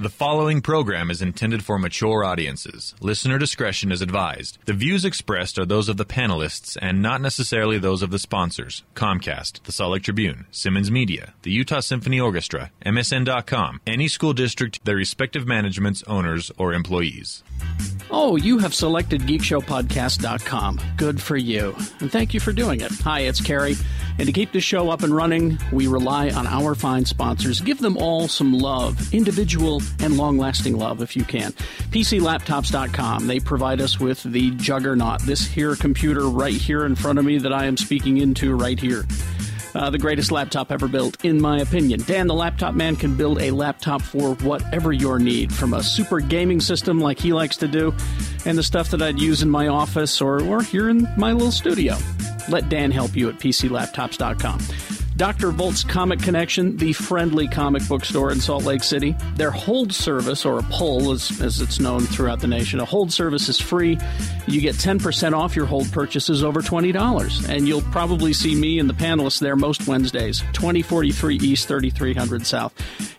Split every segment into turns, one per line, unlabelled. The following program is intended for mature audiences. Listener discretion is advised. The views expressed are those of the panelists and not necessarily those of the sponsors Comcast, the Salt Lake Tribune, Simmons Media, the Utah Symphony Orchestra, MSN.com, any school district, their respective managements, owners, or employees.
Oh, you have selected geekshowpodcast.com. Good for you. And thank you for doing it. Hi, it's Carrie. And to keep the show up and running, we rely on our fine sponsors. Give them all some love, individual and long lasting love if you can. PCLaptops.com. They provide us with the juggernaut, this here computer right here in front of me that I am speaking into right here. Uh, the greatest laptop ever built, in my opinion. Dan the Laptop Man can build a laptop for whatever your need, from a super gaming system like he likes to do, and the stuff that I'd use in my office or, or here in my little studio. Let Dan help you at PCLaptops.com. Dr. Volt's Comic Connection, the friendly comic book store in Salt Lake City. Their hold service, or a pull as, as it's known throughout the nation, a hold service is free. You get 10% off your hold purchases over $20. And you'll probably see me and the panelists there most Wednesdays, 2043 East, 3300 South.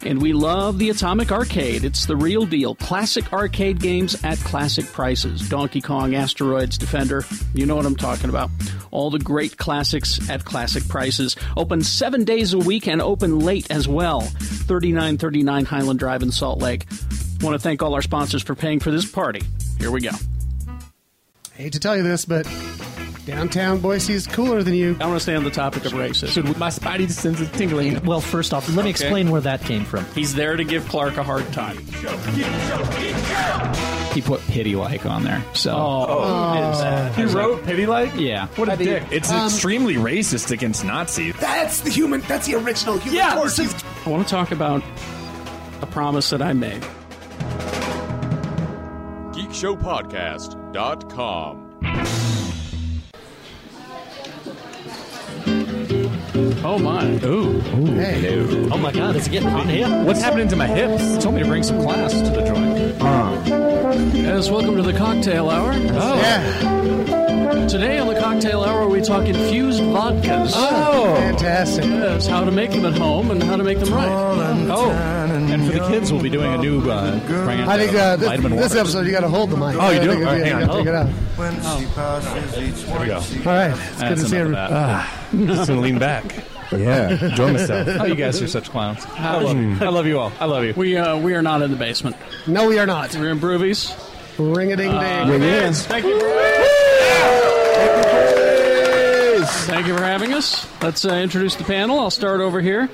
And we love the Atomic Arcade. It's the real deal. Classic arcade games at classic prices Donkey Kong, Asteroids, Defender. You know what I'm talking about. All the great classics at classic prices. Open seven days a week and open late as well. 3939 Highland Drive in Salt Lake. Want to thank all our sponsors for paying for this party. Here we go.
I hate to tell you this, but downtown Boise is cooler than you.
I want to stay on the topic of racism.
Should my spidey sense is tingling?
Well, first off, let me explain where that came from.
He's there to give Clark a hard time.
Uh-huh.
He put pity like on there. So
Oh,
He wrote pity like.
Yeah.
What a dick.
It's extremely racist against Nazis.
Um, That's the human. That's the original human.
Yeah,
torch.
this is-
I want to talk about a promise that I made.
GeekShowPodcast.com.
Oh my.
Ooh.
Hey.
Oh my God, it's getting hot in here.
What's happening to my hips? Told me to bring some class to the joint.
Yes, welcome to the cocktail hour.
Oh.
Yeah,
Today on the cocktail hour, we talk infused vodkas.
fantastic.
Yes, how to make them at home and how to make them right.
Oh. And for the kids, we'll be doing a new uh, brand
I think uh,
of
this,
vitamin
this
water.
episode you got to hold the mic.
Oh, you
I
do?
think
All right,
you
hang
gotta
on. Oh.
take it out.
There we go.
All right, it's good
That's
to see Ah.
enough
everybody.
of that.
Just gonna lean back.
Yeah. Enjoy myself. Oh, you guys are such clowns. Hmm. I love you. I love you all. I love you.
We uh, we are not in the basement.
No, we are not.
We're in Broovies.
Ring a ding
Uh,
ding.
Thank you. For- Thank you for having us. Let's uh, introduce the panel. I'll start over here.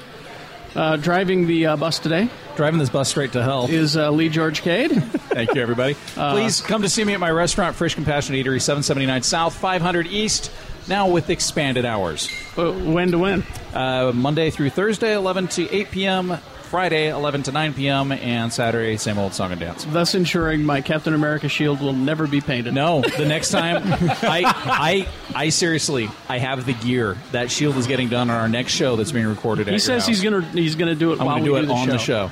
Uh, driving the uh, bus today
Driving this bus straight to hell. Uh,
is uh, Lee George Cade.
Thank you, everybody. Please come to see me at my restaurant, Fresh Compassion Eatery, 779 South, 500 East, now with expanded hours.
Uh, when to win?
Uh, Monday through Thursday, 11 to 8 p.m., Friday, 11 to 9 p.m., and Saturday, same old song and dance.
Thus ensuring my Captain America shield will never be painted.
No, the next time, I, I, I seriously, I have the gear. That shield is getting done on our next show that's being recorded.
He says he's gonna he's gonna do it
I'm
while
going to
we
do it
the
on
show.
the show.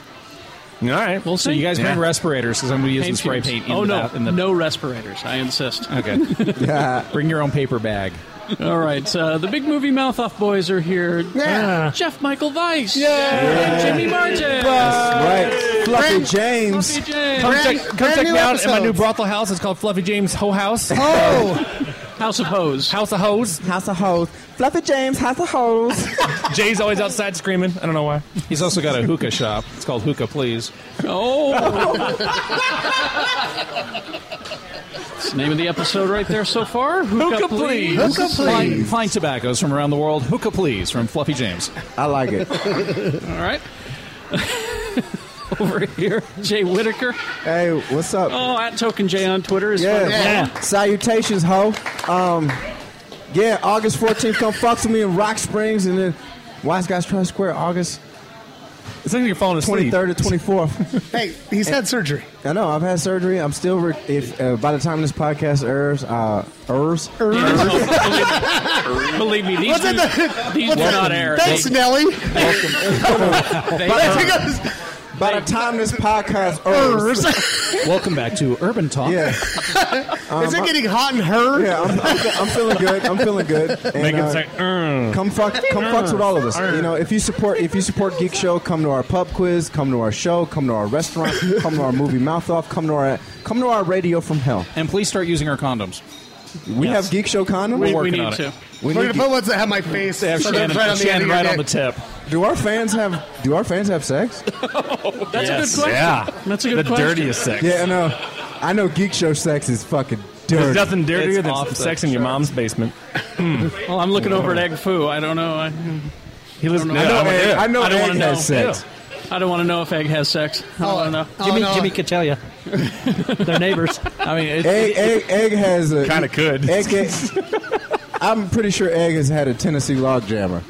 All right.
We'll
So
see.
you guys bring
Yeah.
respirators because I'm going to use the
Paint
spray
fumes.
paint.
Oh
into
no,
that- in the,
no respirators. I insist.
Okay. Bring your own paper bag.
All right, uh, the big movie mouth off boys are here. Uh,
Yeah.
Jeff Michael Weiss. And Jimmy Martin.
Right. Fluffy James.
Fluffy James.
Come
Brand-
check, come
brand
check
new
me out at my
episodes.
new brothel house. It's called Fluffy James Ho House.
Oh,
House of Hose.
House of Hoes.
House of Hoes. Fluffy James, House of Hoes.
Jay's always outside screaming. I don't know why.
He's also got a hookah shop. It's called Hookah Please.
Oh. It's the name of the episode right there so far. Hookah,
Hookah
please.
Please.
Hookah
Fine,
Please.
fine tobaccos from around the world. Hookah Please from Fluffy James.
I like it.
All right. Over here, Jay Whitaker.
hey, what's up?
Oh, at Token Jay on Twitter is fun.
Yeah.
Salutations, ho. Um, yeah, August 14th, come fuck with me in Rock Springs, and then Wise Guys Trust Square, August
It's like you're falling asleep.
23rd to 24th.
hey, he's had surgery.
I know, I've had surgery. I'm still, re- if uh, by the time this podcast airs, uh, airs,
Believe me, these
What's
do,
in the-
these do
what's in-
not air.
Thanks, Nelly.
They- they-
They got this-
By the time this podcast airs,
Welcome back to Urban Talk.
yeah. Um,
Is it
Uh-huh.
I-
getting hot and her?
Yeah, I'm, I'm, fe- I'm feeling good. I'm feeling good. And,
Make him
uh,
say, "Mm."
come fuck, come fucks with all of us. You know, if you support, if you support Geek Show, come to our pub quiz, come to our show, come to our restaurant, come to our movie mouth off, come to our, come to our radio from hell.
And please start using our condoms.
We have Geek Show condoms.
We, we
working
need
on it.
to.
We
We're
need
gonna put ones that have my face.
They have
so they're
Shannon,
right on the end
Shannon
of your
right on the
dick.
tip.
Geek- do our fans have? Do our fans have sex?
That's a good question.
Yeah.
That's a good
the
question.
dirtiest sex.
Yeah, I know. I know Geek Show sex is fucking
There's
dirty.
nothing dirtier
It's
than
off the
sex in your mom's basement.
Well, I'm looking over at Egg Foo. I don't know. I,
He lives.
I
I know
wanna
Egg,
hear.
I know
I don't
Egg
wanna
has
know.
sex.
I don't want to know if Egg has sex. I
Oh,
don't know.
oh,
Jimmy,
no.
Jimmy could tell you. They're neighbors.
I mean, it,
Egg, egg, egg has a
Kind of could.
Egg, I'm pretty sure Egg has had a Tennessee log jammer.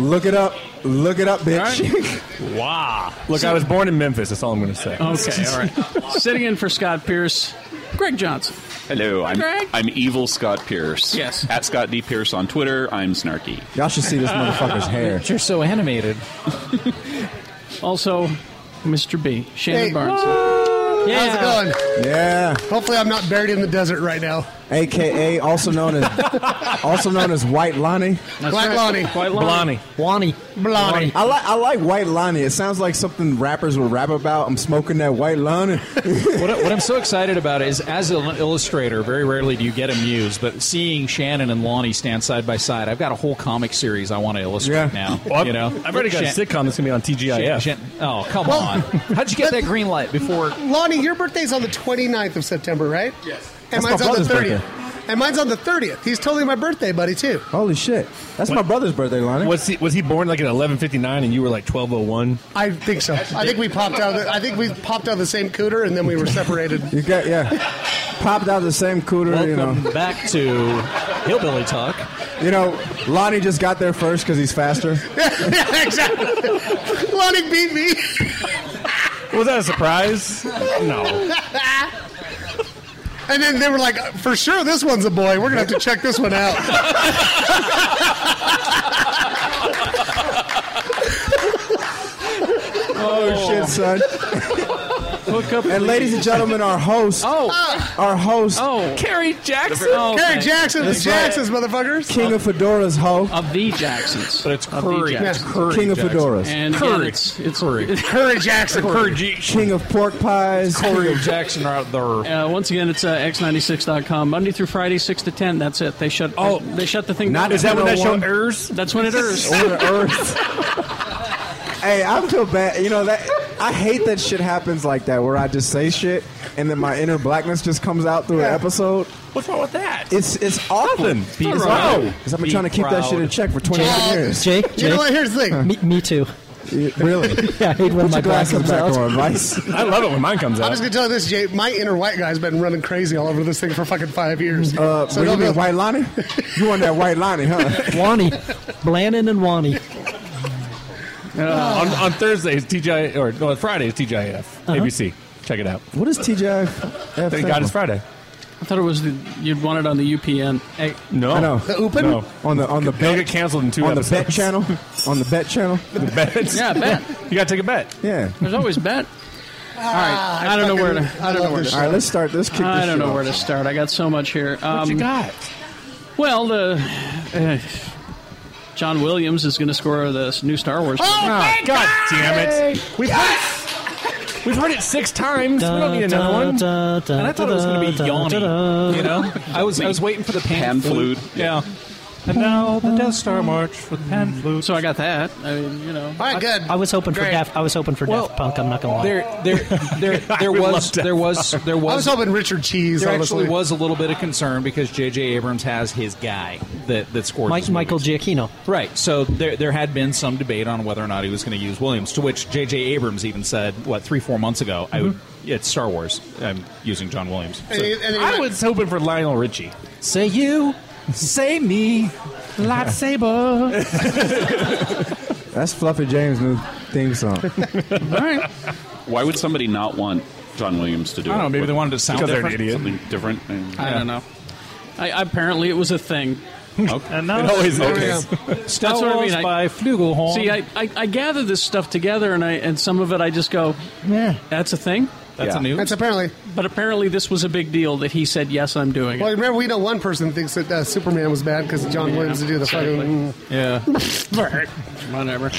Look it up. Look it up, bitch.
Wow. Look, I was born in Memphis. That's all I'm going to say.
Okay, all right. Sitting in for Scott Pierce, Greg Johnson.
Hello, I'm
Greg?
I'm evil Scott Pierce.
Yes.
at Scott D Pierce on Twitter. I'm snarky.
Y'all should see this motherfucker's hair.
you're so animated.
Also, Mr. B, Shannon
Hey.
Barnes.
How's it going?
Yeah.
Hopefully, I'm not buried in the desert right now.
AKA also known as also known as White Lonnie.
Black Lonnie.
Quite long.
Lonnie.
Wani.
Blondie.
I like I like White Lonnie. It sounds like something rappers will rap about. I'm smoking that White Lonnie.
what, I- what I'm so excited about is, as an illustrator, very rarely do you get a muse, but seeing Shannon and Lonnie stand side by side, I've got a whole comic series I want to illustrate
Yeah.
now.
Well, I've,
you know,
I've already got a
Shan-
sitcom that's going to be on
Shan-
TGIF.
Shan- oh, come
Well-
on! How'd you get that green light before?
Lonnie, your birthday's on the 29th of September, right? Yes. And
That's my
mine's on the
brother's
30th. And mine's on the 30th. He's totally my birthday buddy, too.
Holy shit. That's my brother's birthday, Lonnie.
Was he was he born like at 11:59 and you were like 12:01?
I think so. I think we popped out. Of the, I think we popped out of the same cooter, and then we were separated.
You got yeah. Popped out the same cooter, you know.
Welcome back to Hillbilly Talk.
You know, Lonnie just got there first because he's faster.
yeah, exactly. Lonnie beat me.
Was that a surprise? no.
And then they were like, "For sure, this one's a boy. We're gonna have to check this one out."
Oh shit, son!
Hook up
And ladies and gentlemen, our host,
Oh,
our host,
oh. Carrie Jackson. Oh,
Gary
thank-
Jackson, the
That's right.
Jacksons, motherfuckers.
King of fedoras, ho,
Of the Jacksons.
But it's
Of the
Curry.
Jacksons.
King of fedoras,
And again, it's, it's Curry.
Curry Jackson.
King of pork pies,
Corey Jackson out there.
Uh, once again, it's uh, x96.com. Monday through Friday, six to ten. That's it. They shut.
Oh.
they shut the thing.
Not-
down.
is that when that show
errs?
That's when it is.
on the earth. hey, I feel bad. You know that I hate that shit happens like that, where I just say shit and then my inner blackness just comes out through an episode.
What's wrong with that?
It's it's awful.
Be
It's
proud.
awful. 'Cause I've been
Be
trying to keep that
proud.
shit in check for 29 years.
Jake, Jake.
You know what? Here's the thing.
Hmm.
me, me too.
Really?
Yeah, I hate when
Put
my
your glasses
comes
back
out.
on, Vice.
I love it when mine comes
I'm
out.
just gonna tell you this, Jay. My inner white guy's been running crazy all over this thing for fucking five years. so
Uh, what do you
don't
mean,
be-
white Lonnie? You want that white Lonnie, huh?
Wani. Blannon and Wani.
on, on Thursdays, TGI or no, on Fridays, TGIF, ABC. Check it out.
What is TJ?
Thank God it's Friday.
I thought it was the, you'd want it on the UPN.
Hey,
No,
I know.
The open. No.
on the on the
They'll get
bet
canceled in two
on the
episodes.
bet channel on the bet channel.
The bet.
Yeah, bet.
You gotta take a bet.
Yeah.
There's always bet. All right. Ah, I don't know where to. I don't know where to.
All right, let's start. Let's kick this.
I don't
shit
know
off.
where to start. I got so much here. Um,
got?
Well, the. Uh, John Williams is going to score the new Star Wars. Oh,
Ah,
God, damn it! We've heard it. We've heard it six times. we don't need another one.
and I thought it was going to be yawning. You know, I was I was waiting for the pan,
Pan flute.
Yeah. And now the Death Star March for the pan flute.
so I got that. I mean, you know.
All right, good.
I was hoping for
Great.
Daft. I was hoping for Daft Punk. I'm not gonna lie.
There, there, there, there
would
was,
love to-
there was, there
I was
was,
hoping Richard Cheese.
there
honestly.
actually was a little bit of concern because J.J. Abrams has his guy that that scored.
Mike,
his
Michael
movies.
Giacchino.
Right. So there, there had been some debate on whether or not he was going to use Williams. To which J.J. Abrams even said, what three, four months ago, I would. It's Star Wars. I'm using John Williams.
And he- and then he
I
went-
was hoping for Lionel Richie.
Say you, say me, lightsaber.
That's Fluffy James' new theme song.
All right.
Why would somebody not want John Williams to do
I don't
it?
know. Maybe they wanted to sound
Because they're an
different.
idiot.
something different. And,
I don't know. I, apparently, it was a thing.
And now-
It always is.
That's what I mean. I-
by Flugelhorn.
See, I, I, I gather this stuff together, and I and some of it I just go, yeah, that's a thing.
That's a Yeah. news? That's
apparently. But apparently, this was a big deal that he said, "Yes, I'm doing
Well,
it."
remember, we know one person thinks that uh, Superman was bad because John Williams to do the fucking.
Yeah.
Whatever.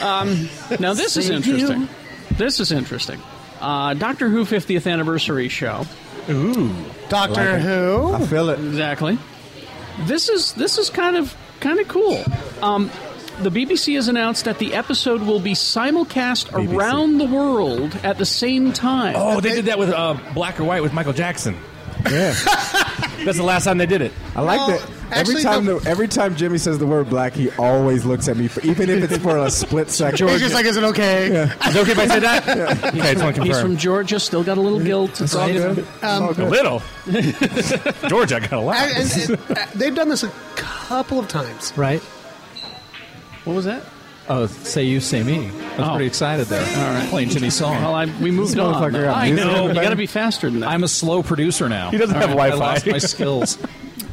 Um, now this is
Thank you.
interesting. This is interesting. Uh, Doctor Who 50th anniversary show. Ooh,
mm, Doctor I like it. Who. I
feel it
exactly. This is this is kind of kind of cool. Um, the BBC has announced that the episode will be simulcast around the world at the same time.
Oh, they did that with uh, Black or White with Michael Jackson.
Yeah.
That's the last time they did it.
I like
No,
that. Every
actually,
time, the, every time Jimmy says the word black, he always looks at me, for, even if it's for a split second.
He's just like, is it okay?
Is it okay if I say that? Yeah. Okay, it's
he's,
unconfirmed.
from, he's from Georgia, still got a little guilt. It's all good.
Um,
A little. Georgia got a lot.
I- and- and, uh, they've done this a couple of times.
Right.
What was that?
Oh, say you, say me. I
Oh.
was pretty excited there. All right. Playing Jimmy's song.
Well, I, we moved on. I know. You got to be faster than that.
I'm a slow producer now.
He doesn't
All
have
I
Wi-Fi.
lost my skills.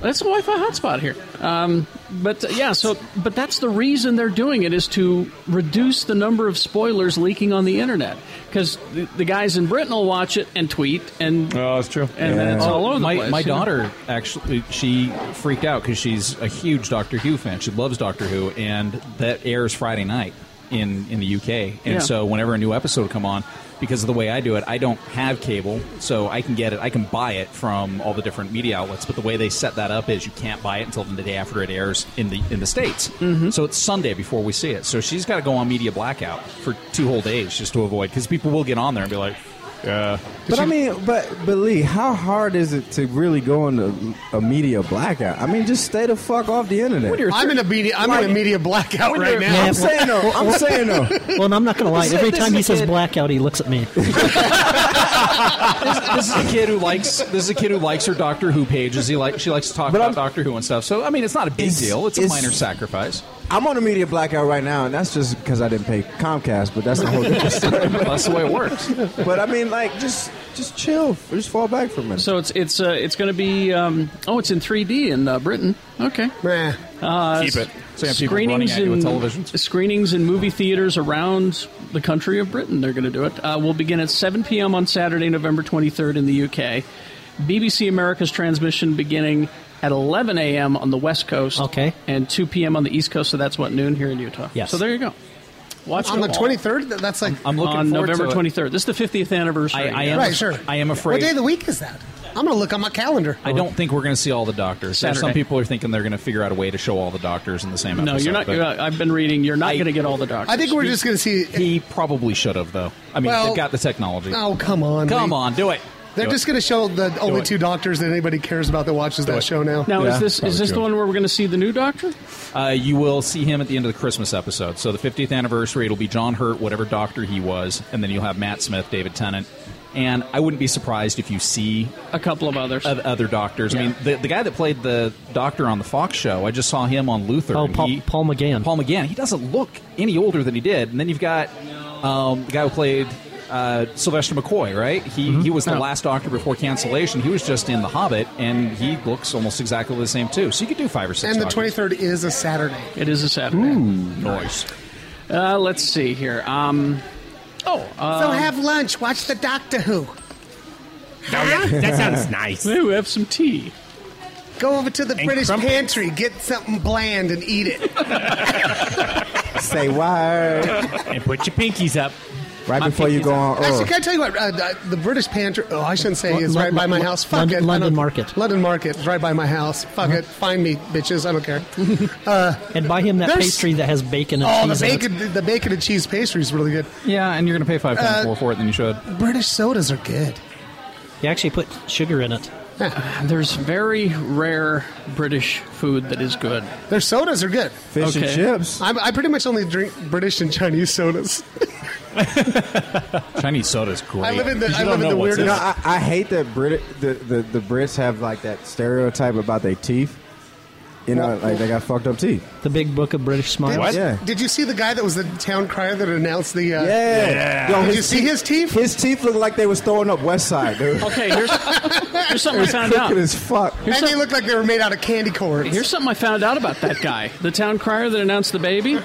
That's a Wi-Fi hotspot here. Um, but uh, yeah, so but that's the reason they're doing it is to reduce the number of spoilers leaking on the internet because the, the guys in Britain will watch it and tweet and
oh, that's true.
And then it's all over the
my,
place.
My
you know?
daughter actually she freaked out because she's a huge Doctor Who fan. She loves Doctor Who, and that airs Friday night in in the UK. And
Yeah.
so whenever a new episode come on, because of the way I do it, I don't have cable, so I can get it. I can buy it from all the different media outlets. But the way they set that up is you can't buy it until the day after it airs in the in the states.
Mm-hmm.
So it's Sunday before we see it. So she's got to go on media blackout for two whole days just to avoid because people will get on there and be like. Uh,
But I mean, but but Lee, how hard is it to really go into a media blackout? I mean, just stay the fuck off the internet.
I'm in a media. I'm in a media blackout
When
right
you're-
now.
I'm saying though, I'm saying though.
Well, and I'm not going to lie.
This-
Every
this
time he
is
says
it.
blackout, he looks at me.
this, this is a kid who likes this is a kid who likes her Doctor Who pages. He like she likes to talk about Doctor Who and stuff. So I mean, it's not a big
It's-
deal. It's a
it's-
minor sacrifice.
I'm on a media blackout right now, and that's just because I didn't pay Comcast. But that's the whole different story.
That's the way it works.
But I mean, like, just just chill. Just fall back for a minute.
So it's it's uh, it's going to be um, oh it's in 3D in uh, Britain. Okay, uh,
Keep it. So you have people running
screenings
at you
in
with televisions?
screenings in movie theaters around the country of Britain. They're going to do it. Uh, we'll begin at 7 p.m. on Saturday, November 23rd in the UK. BBC America's transmission beginning at 11 a.m. on the West Coast. Okay, and 2 p.m. on the East Coast. So that's what noon here in Utah.
Yes.
So there you go. Watch
on
it
the
all.
23rd. Th- That's like
I'm looking on November 23rd. This is the 50th anniversary.
I- I am-
right, sure.
I am
What
afraid-
day of the week is that? I'm gonna look on my calendar.
I don't think we're going to see all the doctors. There's Some
Saturday.
people are thinking they're going to figure out a way to show all the doctors in the same
No,
episode.
you're not.
but
You're not I've been reading. You're not going to get all the doctors.
I think we're just gonna see.
He probably should have, though. I mean,
Well-
they've got the technology.
Oh come on!
Come
Lee.
on, do it.
They're
Do
just
it.
going to show the only
it.
two doctors that anybody cares about that watches that show now.
Now is this is this the one where we're going to see the new Doctor?
Uh, you will see him at the end of the Christmas episode. So the 50th anniversary, it'll be John Hurt, whatever doctor he was, and then you'll have Matt Smith, David Tennant, and I wouldn't be surprised if you see
a couple of others,
other doctors. I mean, the, the guy that played the doctor on the Fox show, I just saw him on Luther.
Oh,
and
Paul-
he-
Paul McGann.
Paul McGann. He doesn't look any older than he did. And then you've got um, the guy who played uh, Sylvester McCoy, right? He
Mm-hmm.
he was the
Oh.
last Doctor before cancellation. He was just in The Hobbit, and he looks almost exactly the same too. So you could do five or six.
And the
Doctors.
23rd is a Saturday.
It is a Saturday.
Nice.
Uh, let's see here. Um, oh, uh,
so have lunch. Watch the Doctor Who.
that
sounds nice.
Ooh, have some tea.
Go over to the
And
British
crumpets.
pantry, get something bland, and eat it.
Say word
and put your pinkies up
right before you go on.
Actually,
Earth.
can I tell you what? Uh, the- the British pantry. Oh, I shouldn't say it's
Lon-
right by my
Lon-
house. Fuck
London-
it. I
London
don't-
Market.
London Market is right by my house. Fuck it. Find me, bitches. I don't care. Uh,
and buy him that
there's-
pastry that has bacon and
oh, the
cheese. in it.
bacon, the bacon and cheese pastry is really good.
Yeah, and you're going to pay five
Uh,
pounds more for it than you should.
British sodas are good.
You actually put sugar in it.
There's very rare British food that is good.
Their sodas are good.
Fish and Okay. chips.
I'm, I pretty much only drink British and Chinese sodas.
Chinese soda's great.
I live in the- I live in the weirdest-
You know, I, I hate that Brit the, the, the Brits have like that stereotype about their teeth. You know, like they got fucked up teeth.
The Big Book of British Smiles.
Did,
Yeah.
Did you see the guy that was the town crier that announced the? Uh,
Yeah. Yo,
Did you
his
see
teeth-
his teeth?
His teeth looked like they was throwing up West Side, dude.
Okay, here's, here's something we found out.
Crooked as fuck.
And they looked like they were made out of candy corn.
Here's something I found out about that guy, the town crier that announced the baby.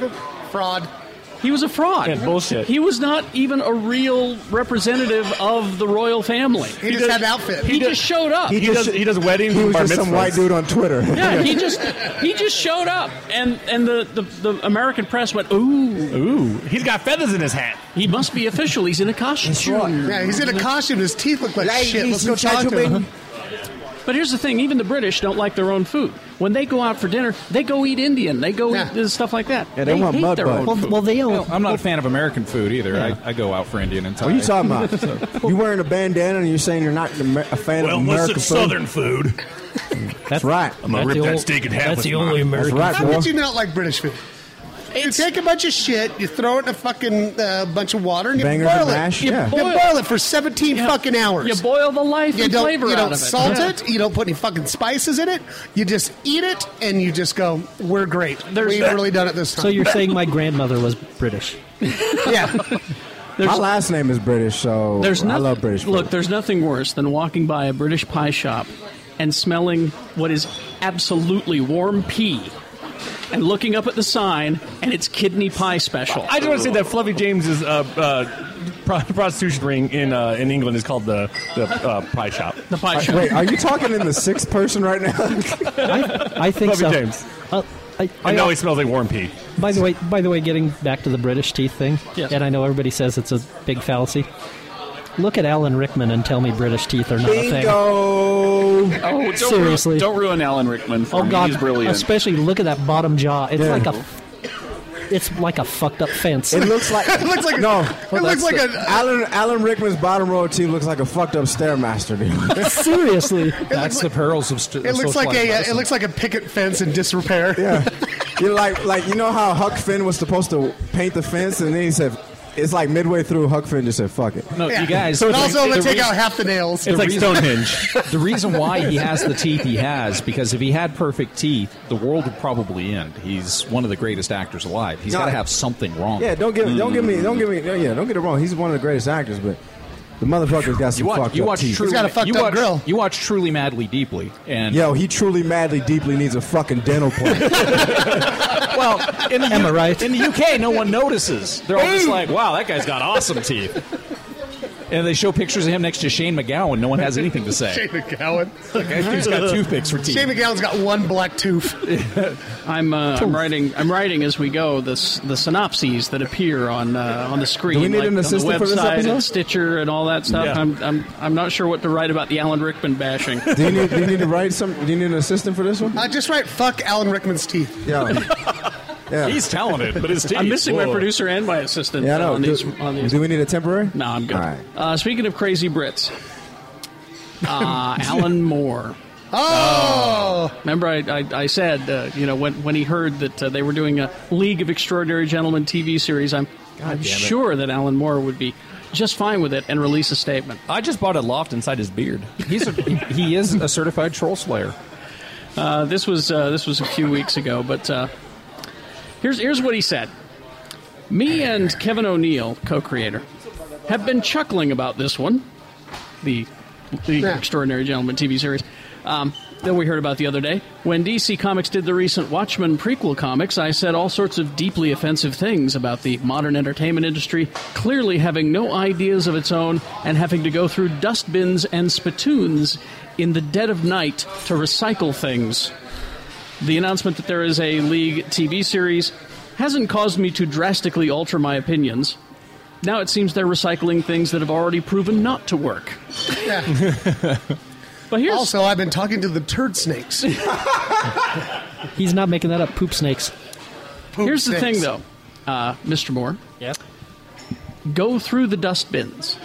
Fraud.
He was a fraud.
Yeah, bullshit.
He was not even a real representative of the royal family.
He, just had an outfit.
He, just showed up.
He does- he does weddings
He
and
was
bar
just some
mitzvahs.
white dude on Twitter.
yeah, he just he just showed up, and and the, the, the American press went, ooh,
Ooh, he's got feathers in his hat.
he must be official. He's in a costume.
yeah, he's in a costume. His teeth look like shit. Let's go talk to him.
But here's the thing: even the British don't like their own food. When they go out for dinner, they go eat Indian. They go
Yeah.
eat stuff like that.
Yeah, they want
hate
mud
their
butt.
own
Well,
food.
well, they don't.
Well, I'm not a fan of American food either. I, I go out for Indian and Thai.
What are you talking about? you wearing a bandana and you're saying you're not Amer- a fan of American food?
food?
That's right.
gonna
That's
rip
the
that
ol-
steak in half
That's
with
the
mine.
only
That's
American.
right,
How
boy.
would you not like British food? You take a bunch of shit, you throw it in a fucking uh, bunch of water, and you
Bangers
boil
and
it.
mash,
You,
yeah.
you boil it for 17 fucking hours.
You boil the life
You
and
don't,
flavor
you
out
don't
of it.
salt
Yeah.
it. You don't put any fucking spices in it. You just eat it, and you just go, "We're great.
There's-
We've really done it this time."
So you're saying my grandmother was British?
yeah.
My last name is British, so
There's
I
nothing,
love British food.
Look, there's nothing worse than walking by a British pie shop and smelling what is absolutely warm pea and looking up at the sign and it's kidney pie special.
I just want to say that Fluffy James's uh, uh, pro- prostitution ring in uh, in England is called the the uh, pie shop.
the pie shop.
Wait, are you talking in the sixth person right now?
I, I
Love
think
you,
so.
James.
Uh, I, I,
And now he smells like warm pea.
by the way, by the way, getting back to the British teeth thing,
Yes.
and I know everybody says it's a big fallacy. Look at Alan Rickman and tell me British teeth are not a
Bingo!
Oh, don't
Seriously.
Ruin, don't ruin Alan Rickman for
thing. Oh
me.
God!
He's brilliant.
Especially look at that bottom jaw. It's
Yeah.
like a, it's like a fucked up fence.
It looks like
It looks like a-
no.
it Well, looks that's like the- a-
Alan Alan Rickman's bottom row team looks like a fucked up stairmaster. Dude.
Seriously,
That's the perils of. St-
It looks like a uh, it looks like a picket fence in disrepair.
yeah, you're like like you know how Huck Finn was supposed to paint the fence, and then he said it's like midway through Huck Finn just said fuck it.
No, you guys.
So also, I'm gonna
the
take
reason-
out half the nails.
It's like Stonehenge.
the reason why he has the teeth he has because if he had perfect teeth, the world would probably end. He's one of the greatest actors alive. He's
No,
got to
I-
have something wrong.
Yeah, don't give don't give
Mm-hmm.
me don't give me yeah don't get it wrong. He's one of the greatest actors, but the motherfucker's got some
You watch,
fucked
you
up
watch
teeth.
truly,
got a fucked
you
up
watch,
grill.
You watch Truly Madly Deeply, and
Yo, he truly, madly, deeply needs a fucking dental plan.
well, in the,
Am I right?
In the UK, no one notices. They're all just like, "Wow, that guy's got awesome teeth." And they show pictures of him next to Shane McGowan. No one has anything to
Shane
say.
McGowan.
He's got toothpicks for teeth.
Shane McGowan's got one black tooth.
I'm, uh, I'm writing. I'm writing as we go. The s- the synopses that appear on uh, on the screen.
Do we need
like
an
on
assistant
the
for
website
this episode?
and Stitcher and all that stuff.
Yeah.
I'm, I'm I'm not sure what to write about the Alan Rickman bashing.
do you need do you need to write some? Do you need an assistant for this one?
Uh, just right. Fuck Alan Rickman's teeth.
Yo, yeah,
He's talented, but his teeth.
I'm missing my
whoa.
producer and my assistant
yeah. I know.
on
do,
these on these
do we need a temporary?
No, I'm good.
All right.
Uh, speaking of crazy Brits, uh, Alan Moore. Uh,
Oh,
Remember, I, I, I said, uh, you know, when, when he heard that uh, they were doing a League of Extraordinary Gentlemen TV series, I'm, I'm sure that Alan Moore would be just fine with it and release a statement.
I just bought a loft inside his beard.
He's a, he is a certified troll slayer.
Uh, this was uh, this was a few weeks ago, but uh, here's here's what he said. Me and Kevin O'Neill, co-creator, have been chuckling about this one, the the
Yeah.
extraordinary gentleman TV series. Um, that we heard about the other day. When DC Comics did the recent Watchmen prequel comics, I said all sorts of deeply offensive things about the modern entertainment industry clearly having no ideas of its own and having to go through dustbins and spittoons in the dead of night to recycle things. The announcement that there is a League TV series hasn't caused me to drastically alter my opinions. Now it seems they're recycling things that have already proven not to work.
yeah.
But here's
Also, I've been talking to the turd snakes.
he's not making that up. Poop snakes.
Poop
here's the
snakes.
thing, though, uh, Mr. Moore.
Yep.
Go through the dustbins.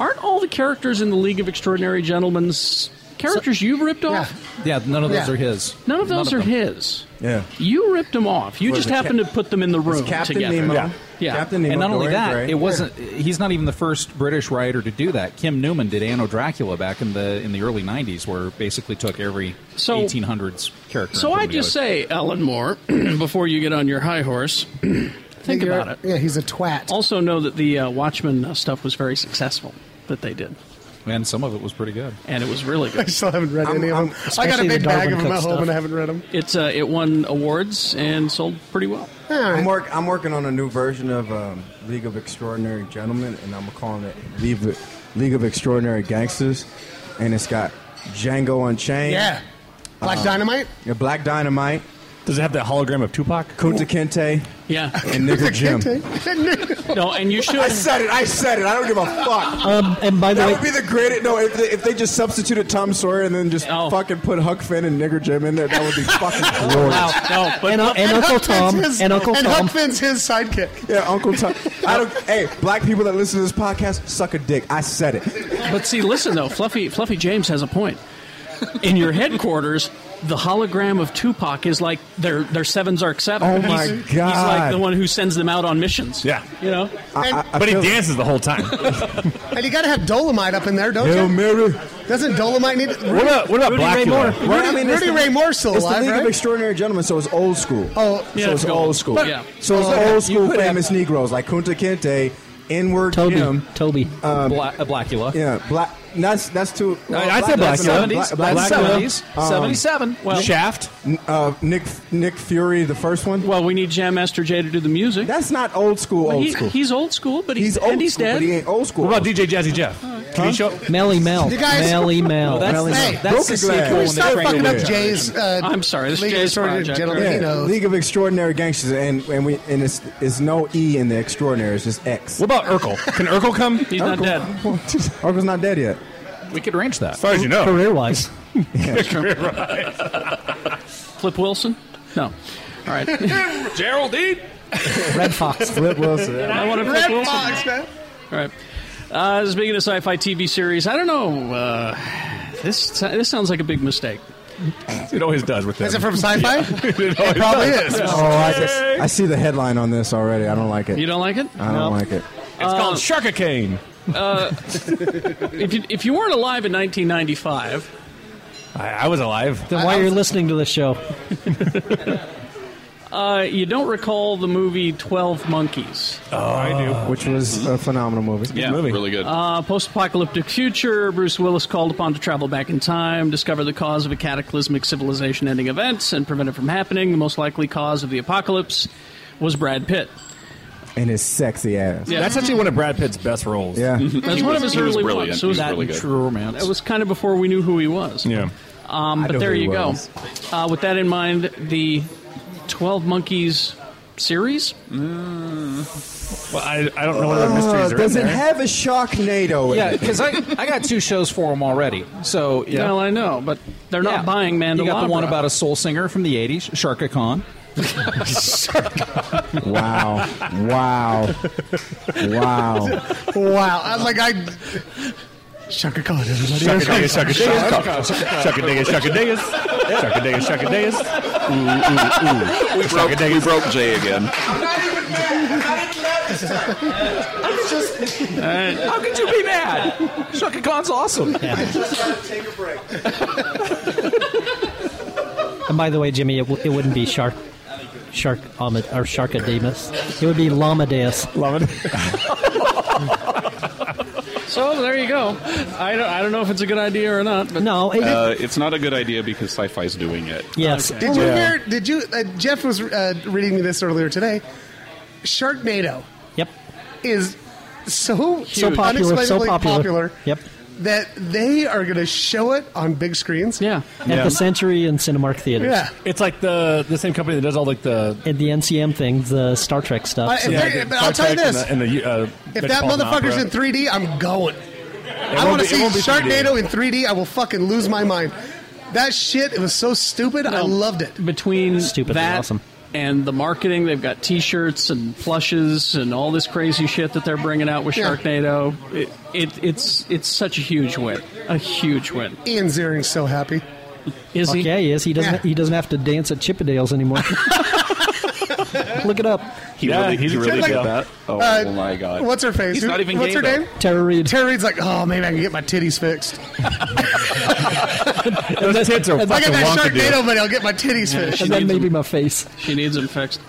Aren't all the characters in the League of Extraordinary Gentlemen's Characters you've ripped off?
Yeah, none of those
Yeah.
are his.
None of those are
them.
his.
Yeah.
You ripped them off. You
Was
just
it
happened
Cap-
to put them in the room
Captain
together.
Nemo.
Yeah. yeah.
and not only that, it wasn't. He's not even the first British writer to do that. Kim Newman did Anno Dracula back in the in the early '90s, where basically took every
So-
1800s character.
So I just say, Ellen Moore, before you get on your high horse, think
You're-
about it. Yeah, he's a twat. Also know that the uh, Watchmen uh, stuff was very successful that they did,
and some of it was pretty good.
and it was really good.
I still haven't read any of them. I got a
especially the
big bag
Darwin
of them
Cook
at home,
stuff.
and I haven't read them.
It's uh, it won awards and sold pretty well.
I'm, work, I'm working on a new version of um, League of Extraordinary Gentlemen, and I'm calling it League of, League of Extraordinary Gangsters, and it's got Django Unchained.
Yeah. Black Dynamite?
Yeah, Black Dynamite.
Does it have that hologram of Tupac?
Kunta Kinte.
Yeah.
And Nigger Jim.
no, and you should.
I said it. I said it. I don't give a fuck.
Um, and by the
that
way,
would be the greatest. No, if they, if they just substituted Tom Sawyer and then just fucking put Huck Finn and Nigger Jim in there, that would be fucking glorious.
no, but
and, uh, and Uncle Tom and Uncle
and
Tom.
Huck Finn's his sidekick.
Yeah, Uncle Tom. I don't. hey, black people that listen to this podcast suck a dick. I said it.
But see, listen though, Fluffy Fluffy James has a point. In your headquarters, the hologram of Tupac is like their their Seven Zark Seven.
Oh, my
he's, He's like
God.
the one who sends them out on missions. Yeah, you know.
but he dances the whole time.
And you got to have Dolomite up in there, don't you? Doesn't Dolomite need?
What about- what about Rudy Black Ray Moore? Dolomite?
Rudy,
I mean, it's
Rudy
the-
Ray Moore's still
It's the
alive,
League
right?
of Extraordinary Gentlemen, so it's old school.
Oh, yeah, it's
so it's
good.
old school.
But- Yeah.
So it's
Oh, okay.
old school
You could have-
famous Negroes like Kunta Kinte, Inward
Toby,
Jim,
Toby.
um,
Bla- uh, Blackula.
yeah, black. That's that's too.
I- I said
that's
Blackula.
not-
70s, that's 70s,
Um,
77. Well- Shaft.
N- Uh, Nick Nick Fury, the first one.
Well, we need Jam Master Jay to do the music.
That's not old school.
Well,
old
he-
school.
he's old school, but he's,
He's old
and he's
school,
dead.
but he ain't old school.
What about DJ Jazzy Jeff? Can he show?
Melly Mel.
You guys-
Melly Mel.
Well, that's-
Melly
hey,
Mel.
That's the Broken sequel Glass. when they Stop train fucking up away. Jay's, uh,
I'm sorry, this is
League of
Jay's
Extraordinary
project.
Gentlemen.
right?
Yeah,
Latinos.
League of Extraordinary Gangsters, and and we and it's it's no E in the extraordinary. It's just X. What
about Urkel? Can Urkel come?
He's not dead.
Urkel's not dead yet.
We could arrange that.
far as you know.
Career wise.
Flip Wilson? No. All right.
Geraldine.
Red Fox.
Flip Wilson.
I want to flip
Red
Wilson.
Fox, man.
All right. Uh, speaking of sci-fi TV series, I don't know. Uh, this this sounds like a big mistake.
It always does with
Is
this.
it from sci-fi?
it
It
always
probably
does.
is.
Oh, I, I see the headline on this already. I don't like it.
You don't like it?
I don't like it.
It's called
Uh,
Sharka Cane.
If you, if you weren't alive in 1995,
I, I was alive.
Then while you're listening to the show,
uh, you don't recall the movie Twelve Monkeys.
Which was a phenomenal movie.
yeah, really good.
Uh, post-apocalyptic future, Bruce Willis called upon to travel back in time, discover the cause of a cataclysmic civilization-ending event, and prevent it from happening. The most likely cause of the apocalypse was Brad Pitt.
And his sexy ass.
Yeah.
That's actually one of Brad Pitt's best roles.
Uh,
Yeah.
That's
He
one
was-
of his
he was
early
brilliant.
ones.
He was
that
really
and
good.
True Romance. That was kind of before we knew who he was.
Yeah.
Um,
know
but there
who he
you go.
was.
Uh, with that in mind, the Twelve Monkeys series.
Well, I, I don't know what other mysteries are
does
in
it
there.
have a Sharknado in
Yeah,
it?
because I, I got two shows for him already. So yeah,
Well, I know, but they're not
Yeah.
buying Mandalabra.
You got the one about a soul singer from the '80s, Sharka Khan.
Wow. Wow. Wow.
Wow. I, like I. Shaka Khan, everybody.
Shakadigas, shakadigas, shakadigas, shakadigas, shakadigas, shakadigas. Ooh, ooh, ooh.
We broke, we broke Jay again.
How could you be mad? Sharka Khan's awesome.
and by the way, Jimmy, it, w- it wouldn't be Shark. Shark Ahmed or Sharkadamus. It would be Lamadeus.
Love it.
So there you go. I don't, I don't know if it's a good idea or not, but
No, it,
Uh, it's not a good idea because sci-fi's doing it.
yes.
Did you hear? Did you? Uh, Jeff was uh, reading me this earlier today. Sharknado
Yep.
is so
So popular. So
unexplainably
popular.
popular
Yep.
that they are going to show it on big screens.
yeah.
At the Century and Cinemark theaters.
Yeah.
It's like the the same company that does all like the.
At the NCM things, the Star Trek stuff.
I-
so-
if they-
the
but I'll tell you
Star Trek
this.
And the, and the, uh,
If that motherfucker's in 3D, I'm going. I want to see Sharknado in 3D. I will fucking lose my mind. That shit, it was so stupid. I loved it.
Between
Stupid and
that
awesome.
and the marketing. They've got T-shirts and plushes and all this crazy shit that they're bringing out with
Yeah.
Sharknado. It, it, it's it's such a huge win, a huge win.
Ian Ziering's so happy.
Is
Fuck
he?
Yeah, he is. He doesn't.
Yeah.
He doesn't have to dance at Chippendales anymore. Look it up.
He really, he really did that. Oh,
Uh,
my god!
What's her face?
He's not even
What's
gay,
her
though.
name?
Tara Reid.
Tara Reid's like, oh, maybe I can get my titties fixed.
Those tits are
I got
fucking
that
wonky, dude.
Sharknado, but I'll get my titties fixed.
And then maybe my face.
She needs him fixed.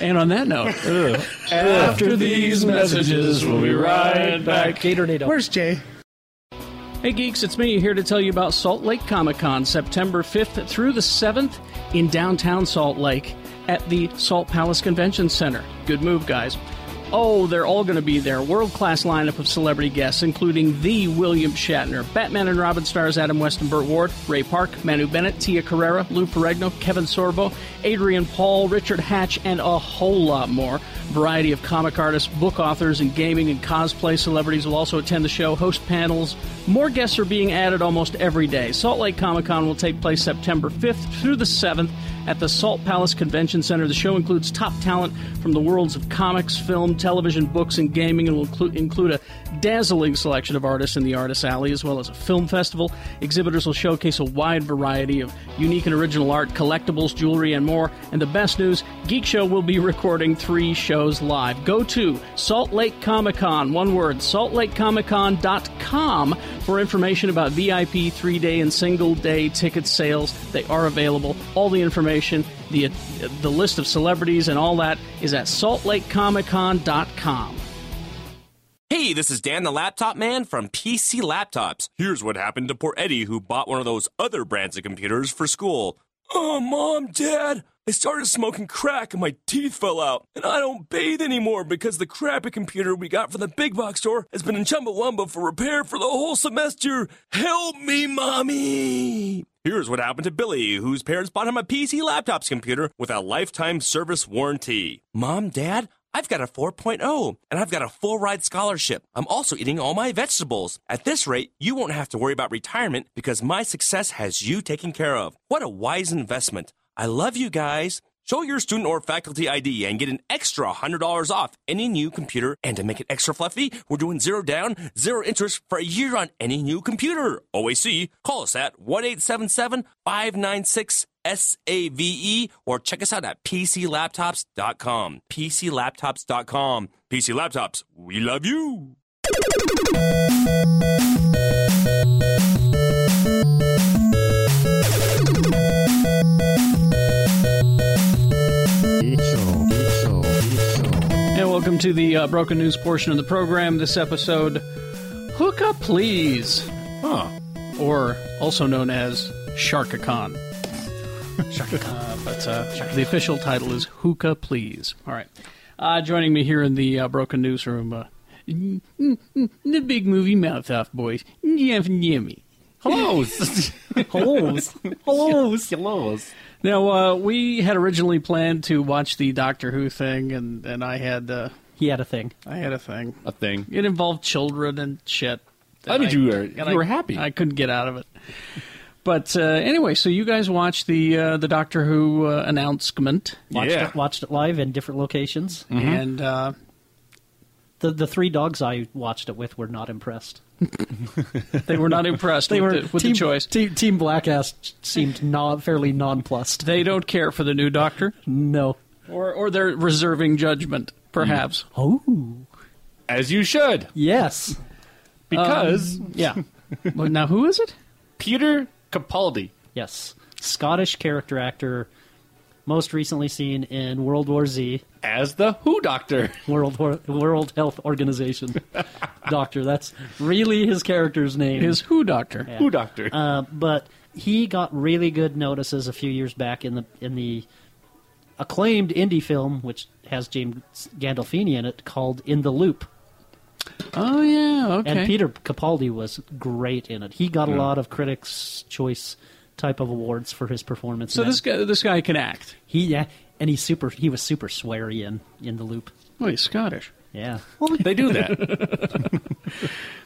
And on that note,
After these messages, we'll be right back.
Gatornado.
Where's Jay?
Hey geeks, it's me here to tell you about Salt Lake Comic Con September 5th through the 7th in downtown Salt Lake at the Salt Palace Convention Center. Good move, guys. Oh, they're all going to be there. World class lineup of celebrity guests, including the William Shatner, Batman and Robin stars Adam West and Burt Ward, Ray Park, Manu Bennett, Tia Carrera, Lou Ferrigno, Kevin Sorbo, Adrian Paul, Richard Hatch, and a whole lot more. Variety of comic artists, book authors, and gaming and cosplay celebrities will also attend the show, host panels. More guests are being added almost every day. Salt Lake Comic Con will take place September 5th through the 7th at the Salt Palace Convention Center. The show includes top talent from the worlds of comics, film, television, books, and gaming, and will inclu- include a dazzling selection of artists in the Artist Alley, as well as a film festival. Exhibitors will showcase a wide variety of unique and original art, collectibles, jewelry, and more. And the best news Geek Show will be recording three shows live. Go to Salt Lake Comic Con, one word, saltlakecomiccon.com for information about VIP three day and single day ticket sales. They are available. All the information, the, the list of celebrities, and all that is at saltlakecomiccon.com.
Hey, this is Dan the Laptop Man from PC Laptops. Here's what happened to poor Eddie who bought one of those other brands of computers for school. Oh, Mom, Dad, I started smoking crack and my teeth fell out. And I don't bathe anymore because the crappy computer we got from the big box store has been in Chumbawamba for repair for the whole semester. Help me, Mommy! Here's what happened to Billy, whose parents bought him a PC Laptops computer with a lifetime service warranty. Mom, Dad, I've got a 4.0 and I've got a full ride scholarship. I'm also eating all my vegetables. At this rate, you won't have to worry about retirement because my success has you taken care of. What a wise investment. I love you guys. Show your student or faculty ID and get an extra $100 off any new computer. And to make it extra fluffy, we're doing zero down, zero interest for a year on any new computer. OAC, call us at 1 877 596 SAVE E or check us out at PCLaptops.com. PCLaptops.com. PC Laptops, we love you.
And welcome to the uh, broken news portion of the program. This episode, Hook Up Please. Huh. Or also known as Sharkacon. Uh, but uh, the official title is Hookah Please. All right. Uh, joining me here in the uh, broken newsroom, uh, mm, mm, mm, the big movie mouth off boys, Jeff and Jimmy.
Hellos.
Hellos.
Hellos. Hellos.
Now, uh, we had originally planned to watch the Doctor Who thing, and, and I had. Uh,
he had a thing.
I had a thing.
A thing.
It involved children and shit.
I mean,
And
uh,
you were-
and
you
I-
were happy.
I couldn't get out of it. But uh, anyway, so you guys watched the uh, the Doctor Who uh, announcement,
Watched, it, watched it live in different locations.
and uh,
The the three dogs I watched it with were not impressed.
they were not impressed
They
with,
were
the, with
team,
the choice.
Team, team Blackass seemed non, fairly nonplussed.
They don't care for the new Doctor,
No.
or or they're reserving judgment, perhaps.
Oh
As you should,
Um,
yes,
because
Um, yeah. well, now who is it?
Peter Capaldi.
yes. Scottish character actor, most recently seen in World War Z,
As the Who Doctor.
World War, World Health Organization doctor. That's really his character's name.
His Who Doctor?
Yeah.
Who Doctor.
Uh, but he got really good notices a few years back in the in the acclaimed indie film, which has James Gandolfini in it, called In the Loop.
Oh yeah, okay.
And Peter Capaldi was great in it. He got a lot of critics' choice type of awards for his performance.
So
in
this
it.
guy this guy can act.
he yeah, and he super he was super sweary in in the Loop.
Well, he's Scottish.
Yeah,
They do that.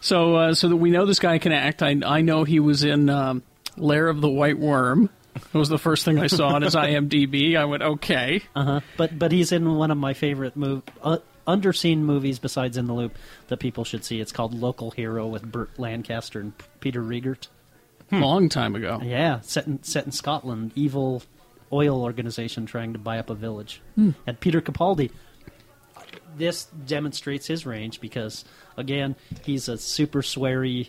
So uh, so that we know this guy can act. I I know he was in um, Lair of the White Worm. It was the first thing I saw on his IMDb. I went, okay.
Uh-huh. But but he's in one of my favorite move uh, underseen movies besides In the Loop that people should see. It's called Local Hero with Burt Lancaster and P- Peter Riegert.
Long time ago.
Yeah, set in set in Scotland, evil oil organization trying to buy up a village.
Hmm.
And Peter Capaldi this demonstrates his range because again, he's a super sweary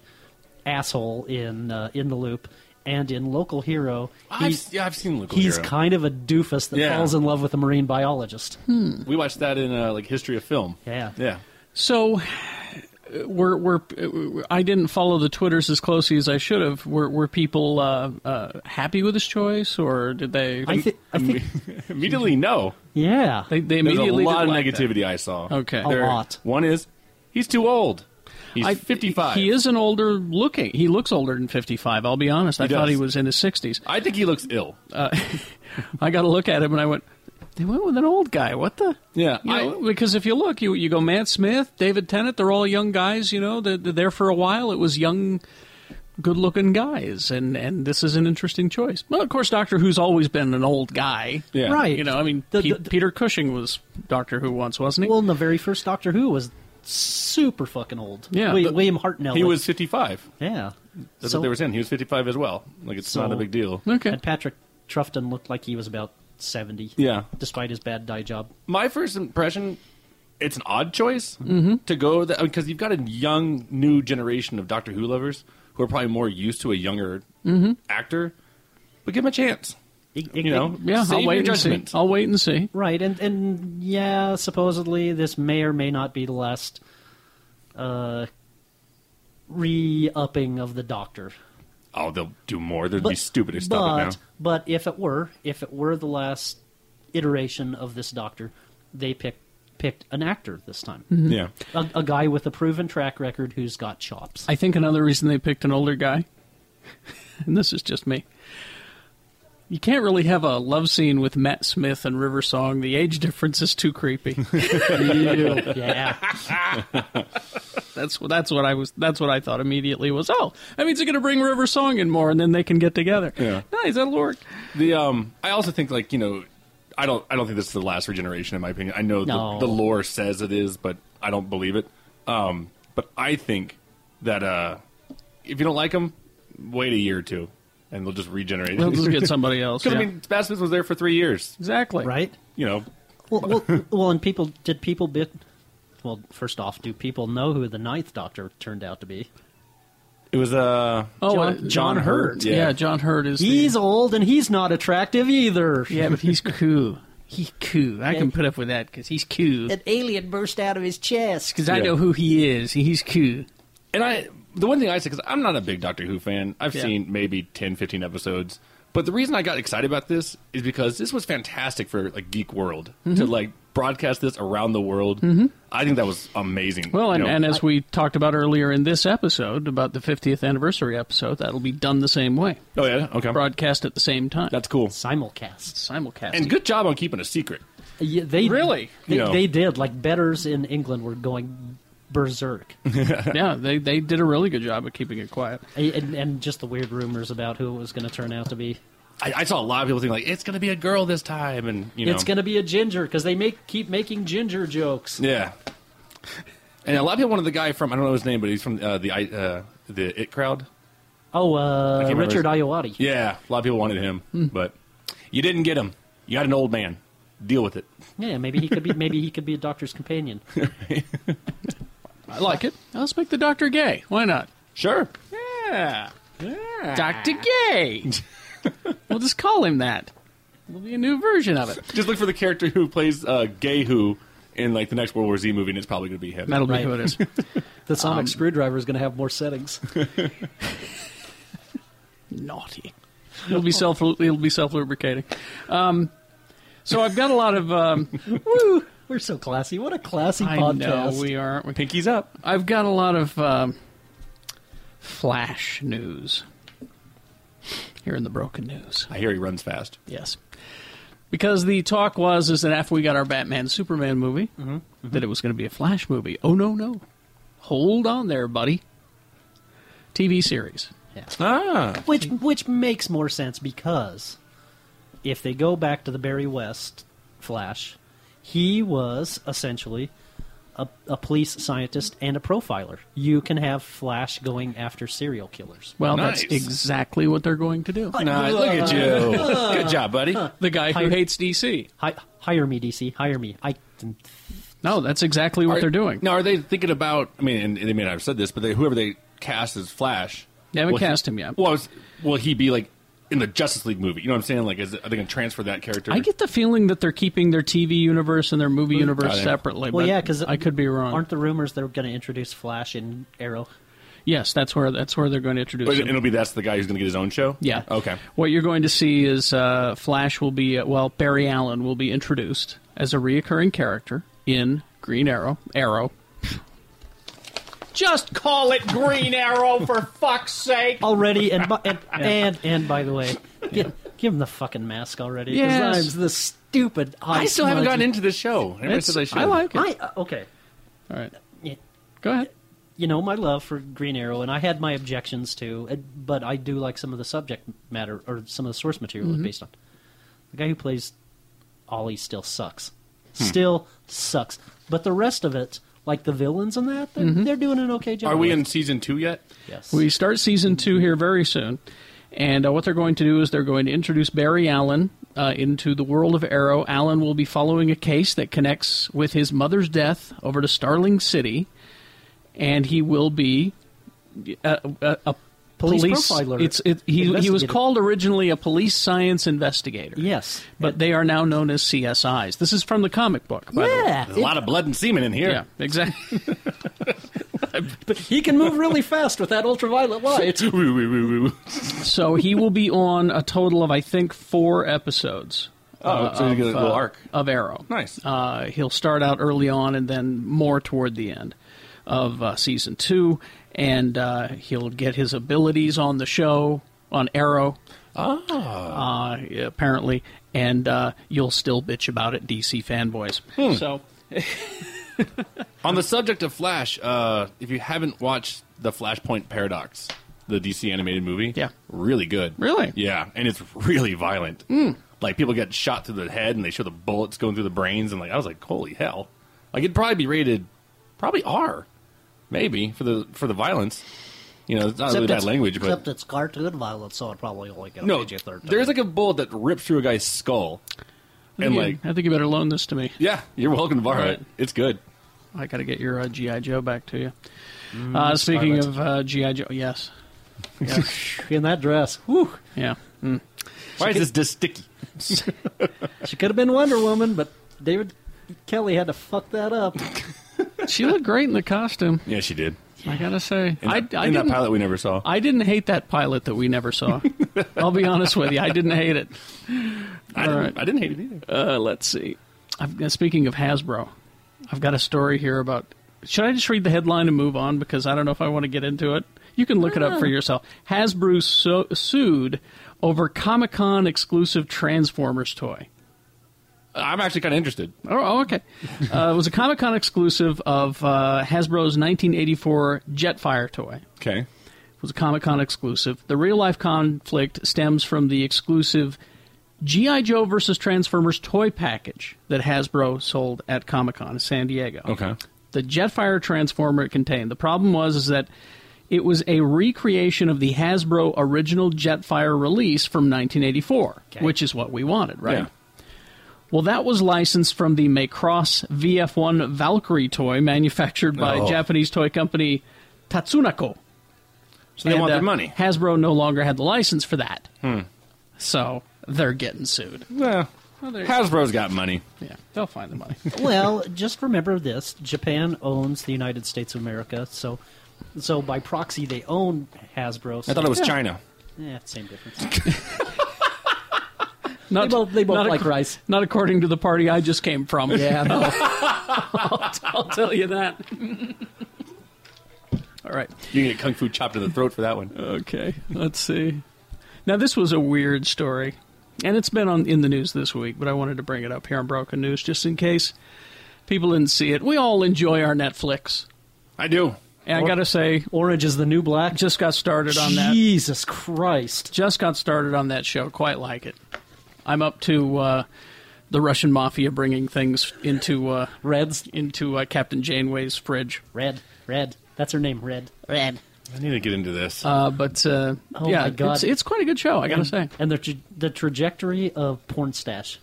asshole in uh, in the loop and in Local Hero, he's
I've, yeah, I've seen Local
he's
Hero.
kind of a doofus that
Yeah.
falls in love with a marine biologist.
we watched that in uh, like history of film.
Yeah.
Yeah.
So, uh, were were uh, I didn't follow the twitters as closely as I should have. Were were people uh, uh, happy with his choice, or did they?
I thi- I think- Immediately, no.
Yeah.
They, they
There's
immediately
a lot
didn't
of
like that.
negativity I saw.
Okay. A lot.
One is he's too old. He's 55.
He is an older looking. He looks older than fifty five. I'll be honest. I
He
thought
does.
he was in his sixties.
I think he looks ill.
Uh, I got to look at him and I went. They went with an old guy. What the?
Yeah,
You know, because if you look, you you go Matt Smith, David Tennant. They're all young guys. You know, they're, they're there for a while. It was young, good-looking guys, and and this is an interesting choice. Well, of course, Doctor Who's always been an old guy,
Yeah. Right.
You know, I mean, Pe- Peter Cushing was Doctor Who once, wasn't he?
Well, in the very first Doctor Who was super fucking old.
Yeah,
Wi-
but
William Hartnell.
he was 55.
Yeah,
That's
So-
what they were saying. He was 55 as well. Like it's not a
so-
big deal.
And Patrick Troughton looked like he was about seventy.
Yeah.
despite his bad dye job.
My first impression, it's an odd choice
Mm-hmm.
to go that because you've got a young new generation of Doctor Who lovers who are probably more used to a younger
Mhm.
actor. But give him a chance. you know,
yeah,
save
I'll
your
wait and see.
judgment.
I'll wait and see.
Right, and and yeah, supposedly this may or may not be the last uh, re-upping of the Doctor.
Oh, they'll do more. They'd be stupid to stop
but
it now.
but if it were if it were the last iteration of this Doctor, they picked picked an actor this time.
Mhm. Yeah.
a, a guy with a proven track record who's got chops.
I think another reason they picked an older guy, and this is just me. You can't really have a love scene with Matt Smith and River Song. The age difference is too creepy.
yeah.
That's what that's what I was that's what I thought immediately was oh that means they're gonna bring River Song in more and then they can get together.
Yeah.
Nice, that'll work.
The um, I also think like you know, I don't I don't think this is the last regeneration in my opinion. I know
No.
the, the lore says it is, but I don't believe it. Um, but I think that uh, if you don't like them, wait a year or two, and they'll just regenerate.
They'll just get somebody else,
'Cause,
yeah.
I mean, Matt Smith was there for three years.
Exactly.
Right.
You know.
Well, well, well, and people did people bit. Well, first off, do people know who the Ninth Doctor turned out to be?
It was uh
Oh, uh, John Hurt. Yeah. John Hurt is.
He's old and he's not attractive either.
Yeah, but he's cool. He's cool. I can put up with that because he's cool.
An alien burst out of his chest.
Because I know who he is. He's cool.
And I, the one thing I say, because I'm not a big Doctor Who fan, I've
Yeah.
seen maybe 10, 15 episodes. But the reason I got excited about this is because this was fantastic for like Geek World to
Mhm.
like broadcast this around the world.
Mhm.
I think that was amazing.
Well,
You
and,
know,
and as we talked about earlier in this episode, about the 50th anniversary episode, that'll be done the same way.
Oh yeah, okay.
Broadcast at the same time. That's
cool.
Simulcast.
Simulcast.
and good job on keeping a secret.
Yeah, they
Really?
they,
You know.
they did. Like betters in England were going berserk,
yeah, they they did a really good job of keeping it quiet.
and, and just the weird rumors about who it was going to turn out to be.
I, I saw a lot of people think like it's going to be a girl this time, and you know,
It's going to be a ginger because they make keep making ginger jokes.
yeah. And a lot of people wanted the guy from I don't know his name, but he's from uh, the I- uh, the It crowd.
Oh,
I
uh,
can't remember
Richard
his-
Iowati.
Yeah, a lot of people wanted him,
Hmm.
but you didn't get him. You got an old man. Deal with it.
Yeah, maybe he could be. Maybe he could be a doctor's companion.
I like it. Let's make the doctor gay. Why not?
Sure.
Yeah. Doctor Gay. we'll just call him that. It'll be a new version of it.
Just look for the character who plays uh, Gay Who in like the next World War Z movie, and it's probably going to be him.
That'll be who it is.
The sonic
Um,
screwdriver is going to have more settings.
Naughty. It'll be self. It'll be self lubricating. Um, so I've got a lot of. Um,
Woo! We're so classy. What a classy
I
podcast.
know we are. Aren't we?
Pinkies up.
I've got a lot of um, flash news here in the broken news.
I hear he runs fast.
Yes. Because the talk was is that after we got our Batman Superman movie, that it was going to be a Flash movie. Oh no no, hold on there, buddy. TV series.
Ah. Which which makes more sense because if they go back to the Barry West Flash, he was essentially a, a police scientist and a profiler. You can have Flash going after serial killers.
Well, that's exactly what they're going to do.
Nice, look at you.
uh,
Good job, buddy.
The guy who hates DC.
Hi, hire me, DC. Hire me. I can
No, that's exactly what
Are-
they're doing.
Now, are they thinking about? I mean, and, and they may not have said this, but they, whoever they cast as Flash,
They haven't
will
cast
he,
him yet.
Well, is- will he be like in the Justice League movie? You know what I'm saying? Like, is it, are they going to transfer that character?
I get the feeling that they're keeping their TV universe and their movie universe
Got it.
separately.
Well,
but
yeah, because
I could be wrong.
Aren't the rumors they're going to introduce Flash and Arrow?
Yes, that's where that's where they're going to introduce.
But
him.
it'll be that's the guy who's going to get his own show.
Yeah.
Okay.
What you're going to see is uh, Flash will be, uh, well, Barry Allen will be introduced as a reoccurring character in Green Arrow. Arrow.
Just call it Green Arrow for fuck's sake.
Oh,
already and bu- and, and and by the way give, give him the fucking mask already 'cause
Yes.
I'm the stupid
I still haven't gotten into
the
this show. Everybody says I should.
uh, okay
all right
go
ahead
you know my love for green arrow and i had my objections too and- but i do like some of the subject matter or some of the source material
Mhm.
it's based on the guy who plays ollie still sucks
Hmm.
still sucks but the rest of it like the villains and that they're, they're doing an okay job
Are we
with.
in season two yet?
Yes.
We start season two here very soon. And uh, what they're going to do is they're going to introduce Barry Allen uh, into the world of Arrow. Allen will be following a case that connects with his mother's death over to Starling City. And he will be a, a, a
Police profiler.
It's, it, he, he was
Investigator.
called originally a police science investigator.
Yes.
But they are now known as CSIs. This is from the comic book, by the way.
Yeah. There's a lot
of blood and semen in here.
Yeah, exactly.
but he can move really fast with that ultraviolet light
so he will be on a total of I think four episodes.
Oh, so he's got a little arc.
uh, of Arrow.
Nice.
Uh, he'll start out early on and then more toward the end of uh, season two, and uh, he'll get his abilities on the show on Arrow. Ah. Uh, apparently, and uh, you'll still bitch about it, DC fanboys.
Hmm.
So
On the subject of Flash, uh, if you haven't watched the Flashpoint Paradox, the DC animated movie, yeah, really good,
really,
yeah, and it's really violent.
Mm.
Like people get shot through the head, and they show the bullets going through the brains, and like I was like, holy hell! Like it'd probably be rated, probably R, maybe for the for the violence. You know, it's not really bad
it's-
language, but
except it's cartoon violence, so it probably only get
no,
PG thirteen.
there's like a bullet that rips through a guy's skull, and
you-
like,
I think you better loan this to me.
yeah, you're welcome to borrow
All right.
it. It's good.
I got to get your uh, GI Joe back to you.
Mm,
uh, speaking
Scarlet.
of uh, GI Joe, yes,
in that dress. Whew.
yeah. Mm.
Why is this disc sticky?
she could have been Wonder Woman, but David Kelly had to fuck that up.
she looked great in the costume.
Yeah, she did.
I gotta say,
In,
I,
that,
I
in that
didn't.
pilot we never saw.
I didn't hate that pilot that we never saw. I'll be honest with you, I didn't hate it.
I didn't- I didn't hate it either.
Uh, let's see. I've, uh, speaking of Hasbro, I've got a story here about. Should I just read the headline and move on because I don't know if I want to get into it. You can look it up for yourself. Hasbro so- sued over Comic Con exclusive Transformers toy.
I'm actually kind of interested.
Oh, oh, okay. Uh, it was a Comic Con exclusive of uh, Hasbro's 1984 Jetfire toy.
Okay.
It was a Comic Con exclusive. The real life conflict stems from the exclusive G.I. Joe versus Transformers toy package that Hasbro sold at Comic Con in San Diego.
Okay.
The Jetfire Transformer it contained. The problem was is that it was a recreation of the Hasbro original Jetfire release from 1984, which is what we wanted, right?
Yeah.
Well, that was licensed from the Macross VF1 Valkyrie toy manufactured by
Oh.
Japanese toy company Tatsunako.
So they want
uh,
their money.
Hasbro no longer had the license for that,
Hmm.
so they're getting sued.
Yeah.
Well, there you go.
Hasbro's got money.
Yeah, they'll find the money.
well, just remember this: Japan owns the United States of America, so so by proxy they own Hasbro. So
I thought it was
Yeah.
China.
Yeah, same difference.
Not,
both- they both
not
like
ac-
rice.
Not according to the party I just came from.
Yeah, no.
I'll, I'll tell you that. All right.
You can get kung fu chopped in the throat for that one.
Okay. Let's see. Now this was a weird story, and it's been on in the news this week, but I wanted to bring it up here on Broken News just in case people didn't see it. We all enjoy our Netflix.
I do.
And I got to say,
Orange is the New Black.
Just got started on that.
Jesus Christ.
Just got started on that show. Quite like it. I'm up to uh, the Russian mafia bringing things into uh,
Reds
into uh, Captain Janeway's fridge.
Red, red. That's her name. Red,
red.
I need to get into this.
Uh, but uh,
Oh
yeah,
my God.
It's, it's quite a good show. I got to
And-
say.
And the tra- the trajectory of porn stash.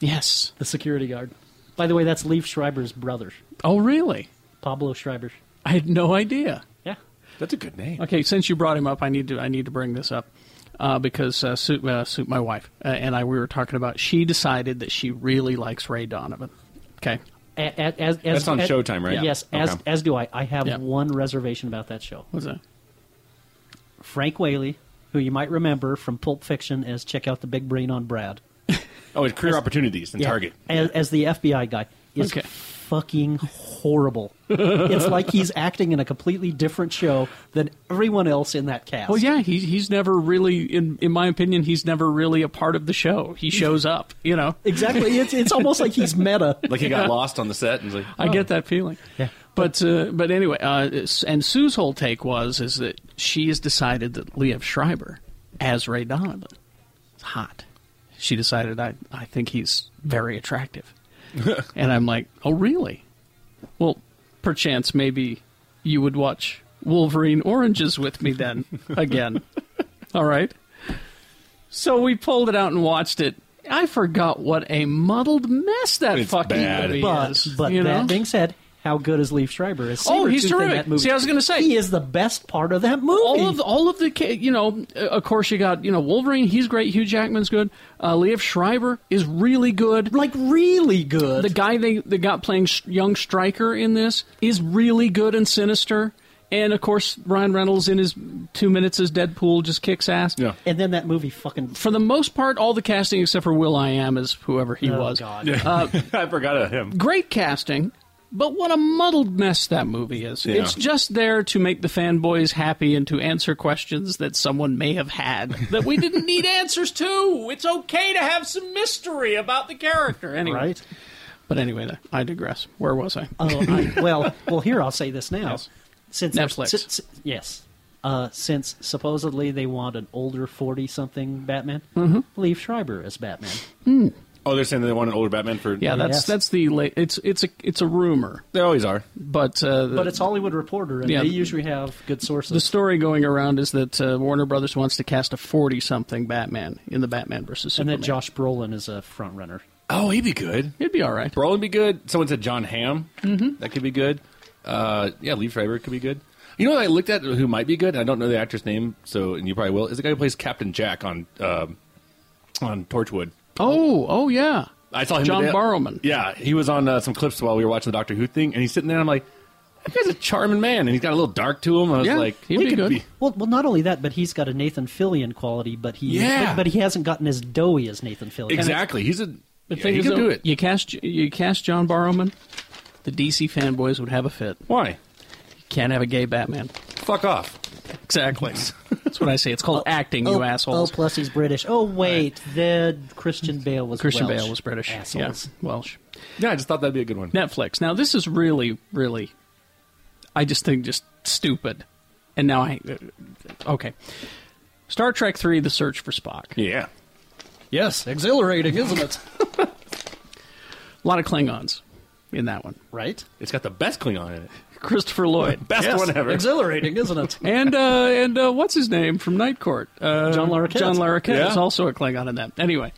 Yes,
the security guard. By the way, that's Leif Schreiber's brother,
Oh really?
Pablo Schreiber.
I had no idea.
Yeah,
that's a good name.
Okay, since you brought him up, I need to I need to bring this up uh, because uh, Sue, uh, Sue, my wife, uh, and I we were talking about. She decided that she really likes Ray Donovan. Okay,
A- a- as- as-
That's on
as-
Showtime, right?
Yes,
Yeah.
as
Okay.
as do I. I have one reservation about that show.
What's that?
Frank Whaley, who you might remember from Pulp Fiction as check out the big brain on Brad.
Oh, it's career opportunities in
Yeah,
Target.
as, as the FBI guy is
Okay.
fucking horrible. it's like he's acting in a completely different show than everyone else in that cast.
Well, yeah, he, he's never really, in in my opinion, he's never really a part of the show. He shows up, you know.
Exactly. It's it's almost like he's meta.
Like he got
Yeah.
lost on the set and was like,
I get that feeling. Yeah. But uh, but anyway, uh, s- and Sue's whole take was is that she has decided that Liev Schreiber as Ray Donovan is hot. She decided I I think he's very attractive, and I'm like, oh really? Well, perchance maybe you would watch Wolverine Oranges with me then again. All right. So we pulled it out and watched it. I forgot what a muddled mess that fucking movie
But,
is.
but
you know?
that being said, how good is Leaf Schreiber? Is
Oh, he's
Sabretooth in
terrific.
That movie?
See, I was going to say
he is the best part of that movie.
All of the, all of the ca- you know, uh, of course you got you know Wolverine. He's great. Hugh Jackman's good. Uh, Liev Schreiber is really good.
Like really good.
The guy they they got playing S- young Striker in this is really good and sinister. And of course Ryan Reynolds in his two minutes as Deadpool just kicks ass. Yeah.
And then that movie fucking.
For the most part, all the casting except for Will I Am is whoever he
Oh,
was.
God.
Uh,
I forgot about him.
great casting, but what a muddled mess that movie is.
Yeah.
It's just there to make the fanboys happy and to answer questions that someone may have had that we didn't need answers to. It's okay to have some mystery about the character anyway.
Right.
But anyway, I digress. Where was I?
Oh, I, well, well. Here I'll say this now. Since
Netflix.
si- si- yes. Uh, since supposedly they want an older forty-something Batman,
Mhm.
Leaf Schreiber as Batman.
oh, they're saying they want an older Batman for.
Yeah, that's that's the late. It's it's a it's a rumor.
They always are.
But uh, the,
but it's Hollywood Reporter, and
Yeah.
they usually have good sources.
The story going around is that uh, Warner Brothers wants to cast a forty-something Batman in the Batman versus
and
Superman.
that Josh Brolin is a front runner.
Oh, he'd be good.
He'd be all right.
Brolin be good. Someone said John Hamm. Mm-hmm. That could be good. Uh, yeah, Lee Schreiber could be good. You know what I looked at who might be good? and I don't know the actor's name, so and you probably will. Is the guy who plays Captain Jack on um on Torchwood?
oh, oh yeah.
I saw him.
John
today.
Barrowman.
Yeah, he was on uh, some clips while we were watching the Doctor Who thing, and he's sitting there. and I'm like, that guy's a charming man, and he's got a little dark to him. I was like, we could be-
Well, well, not only that, but he's got a Nathan Fillion quality, but he
Yeah.
but, but he hasn't gotten as doughy as Nathan Fillion.
exactly. He's a
The
yeah,
thing
he
is,
can
though,
do it.
You cast you cast John Barrowman, the DC fanboys would have a fit.
Why?
You can't have a gay Batman.
Fuck off.
Exactly. That's what I say. It's called acting,
oh,
you assholes.
Oh, plus he's British. Oh, wait, the Christian Bale was
Christian
Welsh.
Bale was British.
Assholes.
Yeah, Welsh.
Yeah, I just thought that'd be a good one.
Netflix. Now this is really, really. I just think just stupid, and now I. uh, Okay. Star Trek Three: The Search for Spock.
Yeah.
Yes, exhilarating, isn't it? a lot of Klingons in that one.
Right.
It's got the best Klingon in it.
Christopher Lloyd.
Best Yes, one ever.
Exhilarating, isn't it?
and uh, and uh, what's his name from Night Court? Uh,
John Larroquette.
John Larroquette
Yeah.
is also a Klingon in that. Anyway,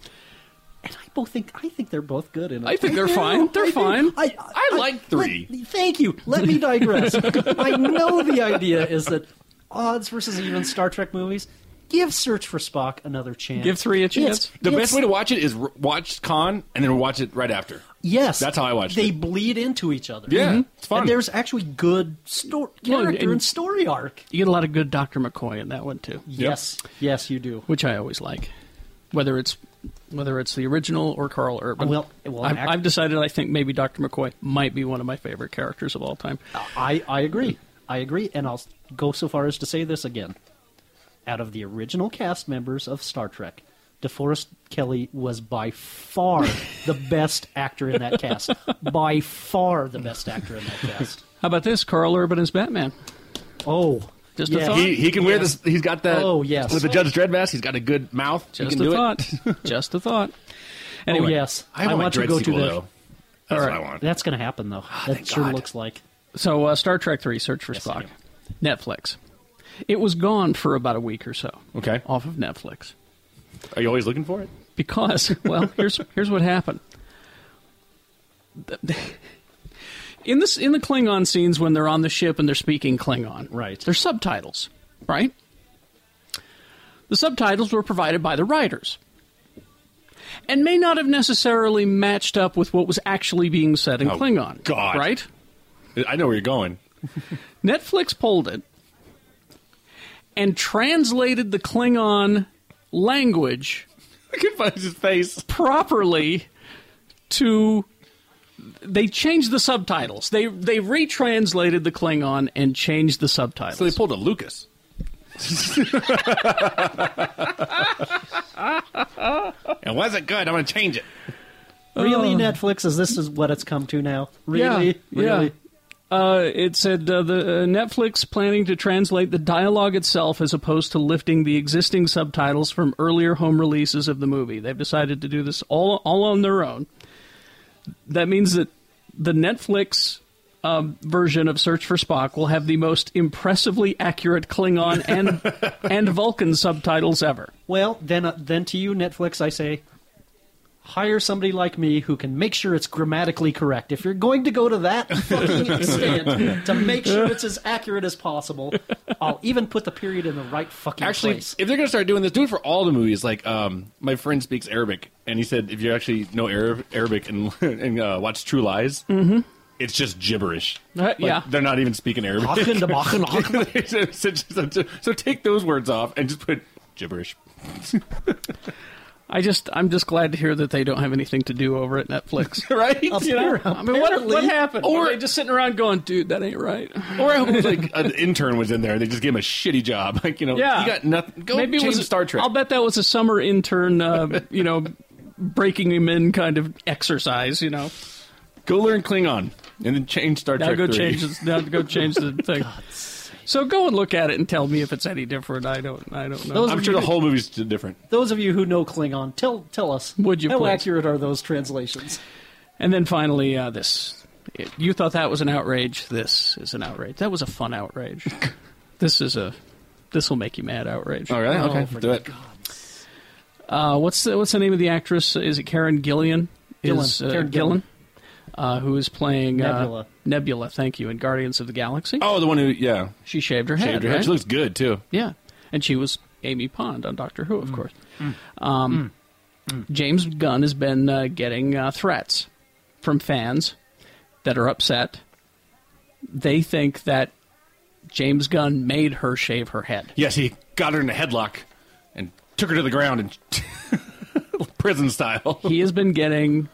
I both think I think they're both good. In it.
I think they're
do.
fine. They're
I do.
fine.
I,
I like three.
let- thank you. Let me digress. I know the idea is that odds versus even Star Trek movies. Give Search for Spock another chance. It's-
The
it's-
best way to watch it is r- watch Con and then watch it right after.
Yes,
That's how I watched
They
it.
bleed into each other. Mm-hmm.
Yeah, Mhm. it's fun.
And there's actually good sto-
Well,
character and, story arc.
You get a lot of good Doctor McCoy in that one too.
Yes, yes, you do.
Which I always like, whether it's whether it's the original or Carl Urban.
Well- well,
I've,
act-
I've decided I think maybe Doctor McCoy might be one of my favorite characters of all time.
I I agree. I agree, and I'll go so far as to say this again. Out of the original cast members of Star Trek, DeForest Kelly was by far the best actor in that cast. By far the best actor in that cast.
How about this? Carl Urban as Batman.
Oh,
just
yeah.
a thought.
He, he can wear
Yeah.
this. He's got that.
Oh, yes.
With the Judge Dredd mask, he's got a good mouth.
Just
he can
a
do
thought. Just a thought. Anyway,
oh, yes.
I
I,
want
want to
Dread
go
sequel,
to the.
though. Ah, That's what I want.
That's going to happen, though. that sure looks like.
So, uh, Star Trek Three: Search for Spock, Netflix. It was gone for about a week or so. Okay, off of Netflix.
Are you always looking for it?
Because, well, here's here's what happened. The- In this in the Klingon scenes when they're on the ship and they're speaking Klingon, right? There's subtitles, right? The subtitles were provided by the writers, and may not have necessarily matched up with what was actually being said in
Oh,
Klingon.
God.
right?
it. I know where you're going.
Netflix pulled it and translated the Klingon language. I can find his face properly to. They changed the subtitles. They they retranslated the Klingon and changed the subtitles. So they
pulled a Lucas. It wasn't good. I'm going to change it.
Really,
Uh.
Oh.
Netflix? Is this is what it's come to now? Really?
Yeah.
really?
yeah. Uh, it said uh, the uh, Netflix planning to translate the dialogue itself as opposed to lifting the existing subtitles from earlier home releases of the movie. They've decided to do this all all on their own. That means that the Netflix um, version of Search for Spock will have the most impressively accurate Klingon and and Vulcan subtitles ever.
Well, then, uh, then to you, Netflix, I say, hire somebody like me who can make sure it's grammatically correct. If you're going to go to that fucking extent to make sure it's as accurate as possible, I'll even put the period in the right fucking
Actually,
place.
if they're going to start doing this, do it for all the movies. Like, um, my friend speaks Arabic, and he said if you actually know Arab, Arabic and, and uh, watch True Lies,
Mhm.
it's just gibberish.
Uh, yeah.
They're not even speaking Arabic.
Hakan da bakan hakan.
so, so- so- so take those words off and just put gibberish.
I just I'm just glad to hear that they don't have anything to do over at Netflix.
right?
You know? I mean, what, what
Apparently.
happened? Or Were they just sitting around going, dude, that ain't right.
Or I hope it was like an intern was in there and they just gave him a shitty job. Like, you know,
yeah,
you got nothing. Go
Maybe it
change
was
Star Trek.
I'll bet that was a summer intern, uh, you know, breaking him in kind of exercise. You know,
go learn Klingon and then change Star
now
Trek
go
3.
change this, now go change the thing. So go and look at it and tell me if it's any different. I don't. I don't know.
Those I'm sure the whole
movie's different.
Those of you who know Klingon, tell tell us
Would you
how
please?
accurate are those translations?
And then finally, uh, this. It- you thought that was an outrage. This is an outrage. That was a fun outrage. this is a. This will make you mad. Outrage.
All right, okay, do it.
Uh, what's the, what's the name of the actress? Is it Karen Gillian?
Gillan.
Is, uh,
Karen
Gillan,
Gillan.
uh, who is playing uh,
Nebula.
Nebula, thank you, in Guardians of the Galaxy.
Oh, the one who, yeah.
She shaved her
Shaved
head.
her head.
right?
She looks good, too.
Yeah, and she was Amy Pond on Doctor Who,
Mm.
of course. Um, James Gunn has been uh, getting uh, threats from fans that are upset. They think that James Gunn made her shave her head.
Yes, he got her in a headlock and took her to the ground and prison style.
he has been getting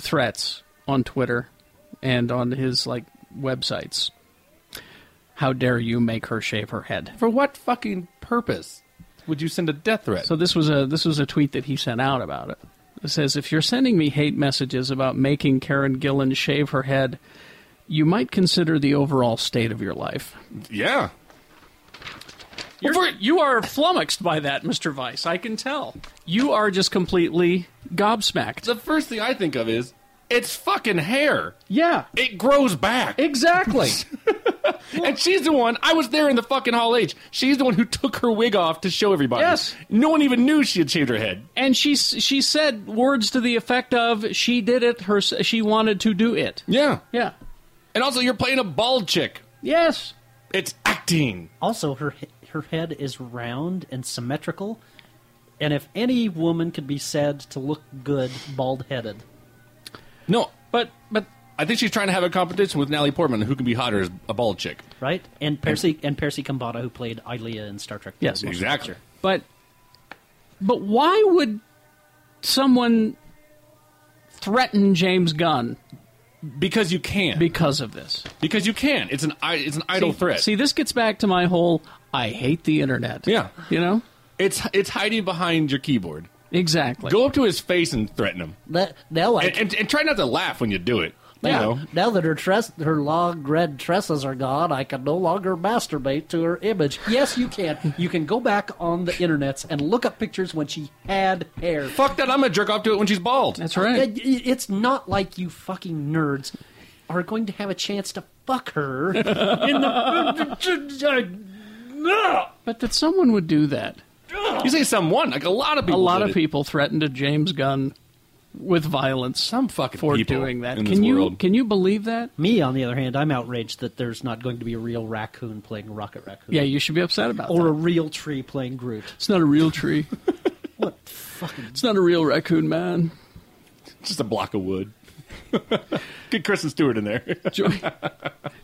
threats on Twitter and on his like websites. How dare you make her shave her head?
For what fucking purpose would you send a death threat?
So this was a this was a tweet that he sent out about it. It says if you're sending me hate messages about making Karen Gillan shave her head, you might consider the overall state of your life.
Yeah.
You're, you are flummoxed by that, Mr. Vice. I can tell. You are just completely gobsmacked.
The first thing I think of is it's fucking hair.
Yeah.
It grows back.
Exactly.
and she's the one, I was there in the fucking Hall H. She's the one who took her wig off to show everybody. Yes. No one even knew she had shaved her head.
and she she said words to the effect of she did it her she wanted to do it.
Yeah.
Yeah.
And also, you're playing a bald chick.
Yes.
It's acting.
Also, her he- her head is round and symmetrical, and if any woman could be said to look good bald headed,
No.
But, but.
I think she's trying to have a competition with Natalie Portman, who can be hotter as a bald chick.
right? And Percy and Percy Kambata, who played Ilea in Star Trek. the
Yes.
Motion
Exactly.
Picture.
But but why would someone threaten James Gunn?
Because you can.
Because of this.
Because you can. It's an i- it's an idle
see,
threat.
See, this gets back to my whole I hate the internet.
Yeah.
You know?
It's it's hiding behind your keyboard.
Exactly.
Go up to his face and threaten him.
Now I
and, and, and try not to laugh when you do it.
yeah.
know.
Now that her tress, her long red tresses are gone, I can no longer masturbate to her image. Yes, you can. You can go back on the internets and look up pictures when she had hair.
Fuck that! I'm gonna jerk off to it when she's bald. That's
It- it- It's not like you fucking nerds are going to have a chance to fuck her in the.
But that someone would do that.
You say someone, like a lot of people
A lot
did
of
it.
people threatened to James Gunn with violence. Some
fucking
for
people
doing that.
in
Can
this
you
world.
can you believe that?
Me, on the other hand, I'm outraged that there's not going to be a real raccoon playing Rocket Raccoon.
Yeah, you should be upset about
or
that.
a real tree playing Groot.
It's not a real tree. what fucking? It's not a real raccoon, man.
Just a block of wood. Get Kristen Stewart in there.
George,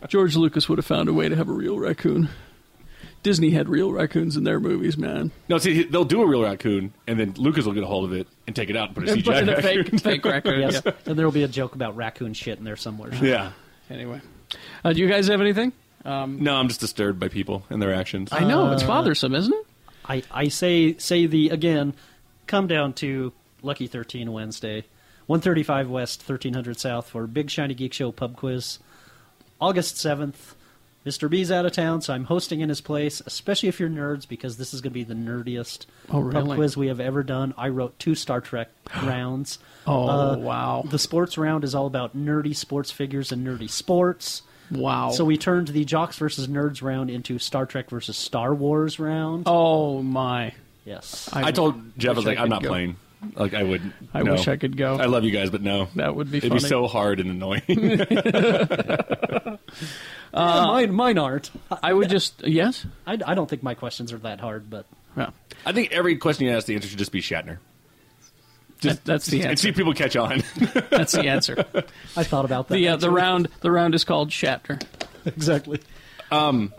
George Lucas would have found a way to have a real raccoon. Disney had real raccoons in their movies, man.
No, see, they'll do a real raccoon, and then Lucas will get a hold of it and take it out and put a
And
CGI
put in a
raccoon.
fake- fake raccoon,
yes,
yeah.
and there'll be a joke about raccoon shit in there somewhere.
Yeah.
Anyway, uh, do you guys have anything? Um,
No, I'm just disturbed by people and their actions.
I know it's bothersome, isn't it?
I, I say say the again, come down to Lucky Thirteen Wednesday, one thirty five West, thirteen hundred South for Big Shiny Geek Show Pub Quiz, August seventh. Mr. B's out of town, so I'm hosting in his place. Especially if you're nerds, because this is going to be the nerdiest
Oh, really?
pub quiz we have ever done. I wrote two Star Trek rounds. Uh,
Oh, wow!
The sports round is all about nerdy sports figures and nerdy sports.
Wow!
So we turned the Jocks versus Nerds round into Star Trek versus Star Wars round.
Oh my!
Yes.
I, told Jeff, I was
wish
like, I'm
could
not
go.
playing. Like, I would.
I
no.
wish I could go.
I love you guys, but no.
That would be
It'd be
funny.
so hard and annoying.
Yeah, mine, mine aren't.
Uh, I would just yes.
I, I don't think my questions are that hard, but
I think every question you ask, the answer should just be Shatner.
That- that's the
And
answer.
see if people catch on.
That's the answer.
I thought about that.
The uh, the round the round is called Shatter.
exactly.
Um,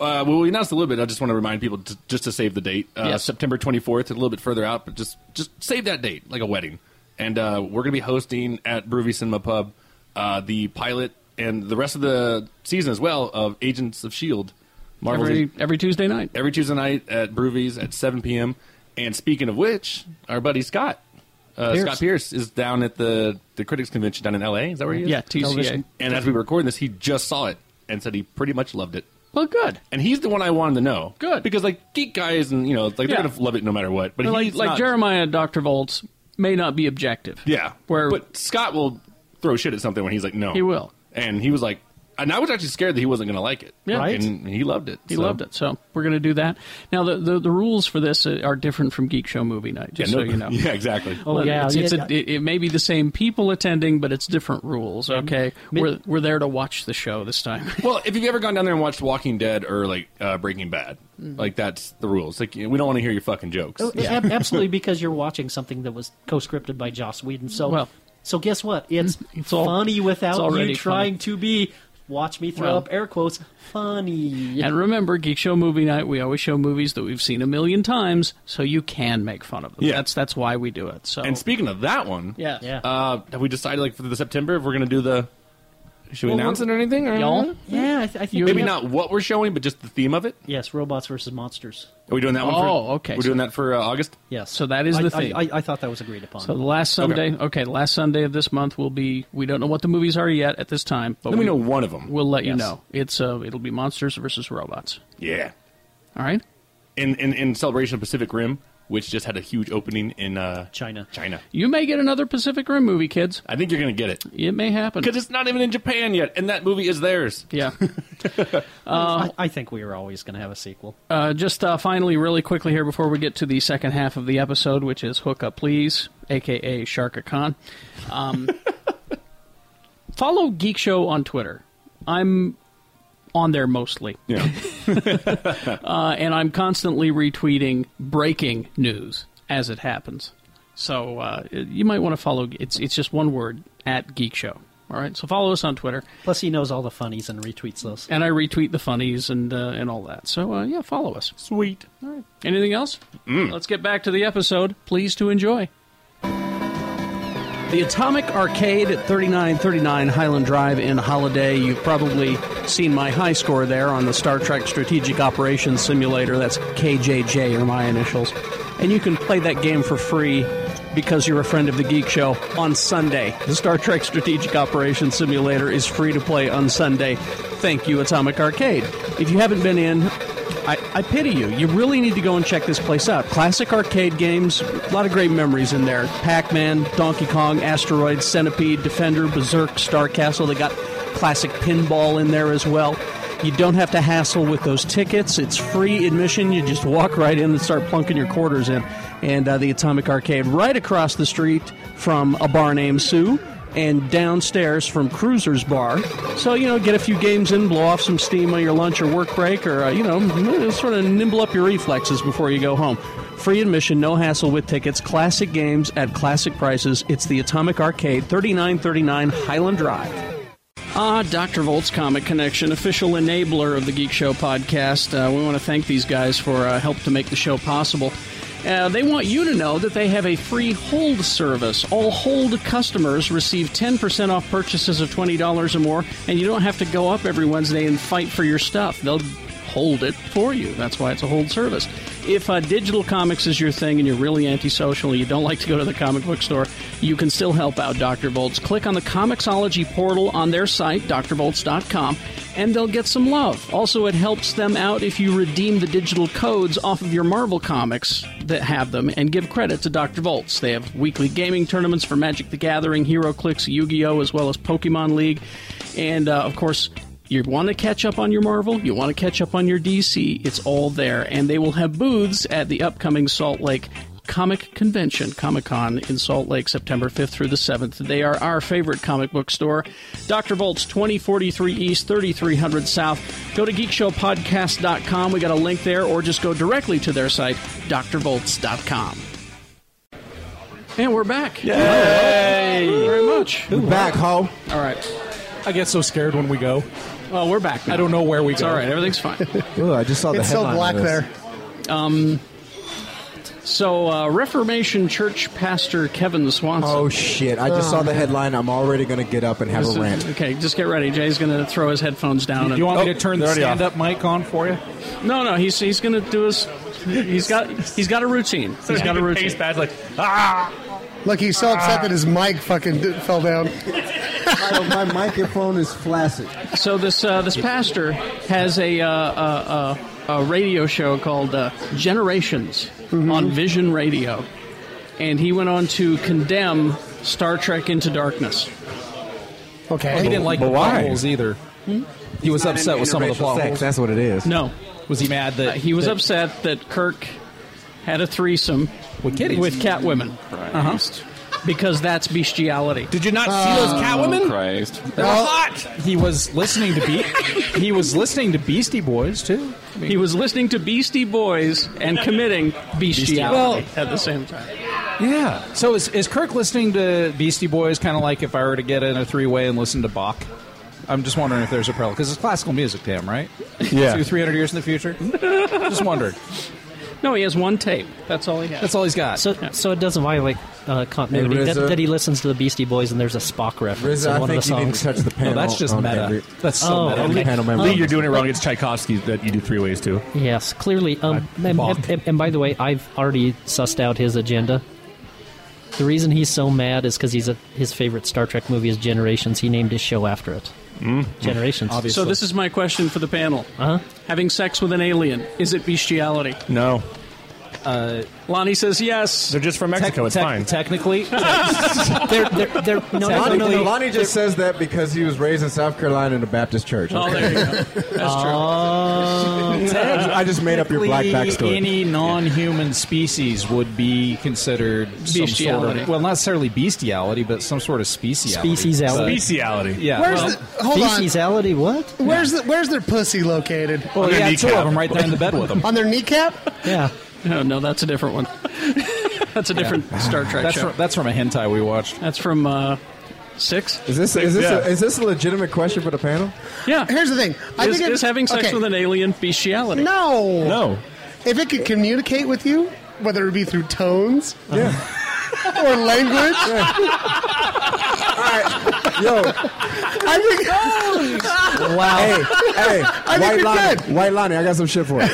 uh, well, we announced a little bit. I just want to remind people to, just to save the date, uh,
Yes.
September 24th, a little bit further out, but just just save that date like a wedding. And uh, we're going to be hosting at Broovy Cinema Pub uh, the pilot and the rest of the season as well of Agents of Shield. E Marvel's e-
Every every Tuesday night.
every Tuesday night at Broovies at 7 p.m. And speaking of which, our buddy Scott, uh,
Pierce.
Scott Pierce, is down at the the Critics Convention down in L.A. Is that where he is?
Yeah, TCA.
Television. And as we were recording this, he just saw it and said he pretty much loved it.
Well, good.
And he's the one I wanted to know. Good, because like geek guys and you know like they're
Yeah.
gonna love it no matter what. But
like
he's
like
not-
Jeremiah Dr. Volts may not be objective.
yeah.
Where
But Scott will throw shit at something when he's like, no,
He will.
And he was like, and I was actually scared that he wasn't gonna like it.
Yeah. Right.
And he loved it.
he
so.
loved it. So we're going to do that. Now the, the the rules for this are different from Geek Show Movie Night.
Yeah,
Just
no-
so you know. Oh,
yeah, exactly.
Well, it's, it's
Oh, yeah.
a, it, it may be the same people attending, but it's different rules. Okay, we're we're there to watch the show this time.
Well, if you've ever gone down there and watched Walking Dead or like uh, Breaking Bad,
Mm-hmm.
like that's the rules. Like we don't want to hear your fucking jokes.
Oh, ab- absolutely, because you're watching something that was co-scripted by Joss Whedon. So,
Well.
so guess what? It's,
It's all-
funny
it's
without
already
you trying to be. Watch me throw
Well.
up air quotes. Funny.
And remember, Geek Show Movie Night, we always show movies that we've seen a million times, so you can make fun of them.
Yeah.
That's that's why we do it. So
And speaking of that one,
Yeah. Yeah.
Uh, have we decided like for the September if we're gonna do the? Should we
Well,
announce it
we're-
or anything? Or
Y'all?
Mm-hmm. Yeah, I, th- I think
Maybe
we-
not what we're showing, but just the theme of it.
Yes, robots versus monsters.
Are we doing that one?
Oh,
for,
okay.
We're doing that for uh, August.
Yes.
So that is
I-
the
I-
thing.
I, I thought that was agreed upon.
so the last Sunday, okay. the last Sunday of this month will be. We don't know what the movies are yet at this time, but
Let me know one of them.
We'll let you
Yes.
know. It's uh, it'll be monsters versus robots.
Yeah.
All right.
In in, in celebration of Pacific Rim, which just had a huge opening in uh,
China.
China.
You may get another Pacific Rim movie, kids.
I think you're gonna get it
It may happen.
because it's not even in Japan yet, and that movie is theirs.
Yeah.
I, I think we are always going to have a sequel.
Uh, just uh, finally, really quickly here before we get to the second half of the episode, which is Hook Up Please, aka Sharka Khan. Um, follow Geek Show on Twitter. I'm on there mostly.
Yeah.
uh, and I'm constantly retweeting breaking news as it happens. So uh, you might want to follow. It's, it's just one word at Geek Show. All right. So follow us on Twitter.
Plus, he knows all the funnies and retweets those.
And I retweet the funnies and uh, and all that. So uh, yeah, follow us. Sweet. All right. Anything else? Let's get back to the episode. Please to enjoy. The Atomic Arcade at 3939 Highland Drive in Holiday. You've probably seen my high score there on the Star Trek Strategic Operations Simulator. That's KJJ, or my initials. And you can play that game for free because you're a friend of the Geek Show on Sunday. The Star Trek Strategic Operations Simulator is free to play on Sunday. Thank you, Atomic Arcade. If you haven't been in, I, I pity you. You really need to go and check this place out. Classic arcade games, a lot of great memories in there. Pac Man, Donkey Kong, Asteroid, Centipede, Defender, Berserk, Star Castle. They got classic pinball in there as well. You don't have to hassle with those tickets. It's free admission. You just walk right in and start plunking your quarters in. And uh, the Atomic Arcade, right across the street from a bar named Sue, and downstairs from Cruiser's Bar. So, you know, get a few games in, blow off some steam on your lunch or work break, or, uh, you know, sort of nimble up your reflexes before you go home. Free admission, no hassle with tickets, classic games at classic prices. It's the Atomic Arcade, 3939 Highland Drive. Ah, Dr. Volt's Comic Connection, official enabler of the Geek Show podcast. Uh, we want to thank these guys for uh, help to make the show possible. Uh, they want you to know that they have a free hold service. All hold customers receive 10% off purchases of $20 or more, and you don't have to go up every Wednesday and fight for your stuff. They'll hold it for you. That's why it's a hold service. If uh, digital comics is your thing and you're really antisocial, you don't like to go to the comic book store, you can still help out Dr. Bolts. Click on the Comixology portal on their site, drbolts.com, and they'll get some love. Also, it helps them out if you redeem the digital codes off of your Marvel comics that have them and give credit to Dr. Volts. They have weekly gaming tournaments for Magic the Gathering, HeroClix, Yu-Gi-Oh, as well as Pokemon League. And, uh, of course, you want to catch up on your Marvel, you want to catch up on your DC, it's all there. And they will have booths at the upcoming Salt Lake Comic Convention, Comic Con in Salt Lake, September 5th through the 7th. They are our favorite comic book store. Dr. Volt's 2043 East, 3300 South. Go to geekshowpodcast.com. We got a link there, or just go directly to their site, drvolts.com. And we're back. Yay! Thank you very much.
We're back, ho.
All right.
I get so scared when we go.
Well, we're back.
I don't know where we
It's
go.
all right. Everything's fine.
Ooh, I just saw the
It's so
headline of
black
this.
there. Um, so uh, Reformation Church pastor Kevin Swanson.
Oh shit! I just saw the headline. I'm already gonna get up and have
This
a
is-
rant.
okay, just get ready. Jay's going to throw his headphones down.
Do
and-
you want me Oh, to turn the they're already off.
stand-up mic on for you?
No, no. He's he's going to do his. He's got he's got a routine.
So
he's
he
got a
can
routine.
pace
back like
Look, he's so upset that his mic fucking d- fell down.
my, microphone is flaccid.
So this uh, this pastor has a uh, uh, uh, a radio show called uh, Generations
Mm-hmm.
on Vision Radio, and he went on to condemn Star Trek Into Darkness.
Okay,
he didn't like the plot holes either. He was
Hmm? not
upset
into
with some of the
interracial
plot
sex,
holes.
That's what it is.
No,
was he mad that
Uh, he was
that-
upset that Kirk had a threesome with
kitties.
with cat women. Uh-huh. Because that's bestiality. Did
you not see those cat women? Christ,
They're Well-
hot. He was listening to be- he was listening to Beastie Boys too.
He was listening to Beastie Boys and committing bestiality at the same time.
Yeah. So is, is Kirk listening to Beastie Boys kind of like if I were to get in a three way and listen to Bach? I'm just wondering if there's a parallel because it's classical music to him, right?
Yeah.
Two, three hundred years in the future. just wondered.
No, he has one tape. That's all he has.
That's all he's got.
So, so it doesn't violate uh, continuity
Hey,
that,
Rizzo.
that he listens to the Beastie Boys and there's a Spock reference
Rizzo,
in
I
one
think
of the
you didn't
songs.
touch the panel
that's just
on
meta.
every-
that's so meta.
every panel member.
Lee, you're doing it wrong. It's Tchaikovsky that you do three ways to.
Yes, clearly. Um, and, and- and- and by the way, I've already sussed out his agenda. The reason he's so mad is because he's a, his favorite Star Trek movie is Generations. He named his show after it. Generations.
So this is my question for the panel. Uh-huh. Having sex with an alien, is it bestiality?
No.
Uh, Lonnie says yes. They're
just from Mexico. it's fine.
Technically,
they're, they're, they're, no,
Lonnie,
no, no,
Lonnie just says that because he was raised in South Carolina in a Baptist church.
Oh,
there you go.
Uh,
That's true.
I just made up your black backstory.
Any non-human species would be considered some sort
Bestiality.
of well, not necessarily bestiality, but some sort of speciality.
Speciesality.
Speciality. Yeah.
Where's
well,
the, hold on.
Speciality, what?
Where's the Where's their pussy located?
Well, he had two of them right there in the bed with him.
on their kneecap.
Yeah.
No, no, that's a different one. that's a different Star Trek
That's
show.
from, that's from a hentai we watched.
that's from uh, six.
Is this is this a, is this a legitimate question for the panel?
Yeah.
Here's the thing. I
is,
think it-
is having sex
okay.
with an alien bestiality?
No.
No.
If it could communicate with you, whether it be through tones or language.
Yo,
I think.
Hey, hey,
I think
white
you're
Lonnie,
good.
white Lonnie, I got some shit for you.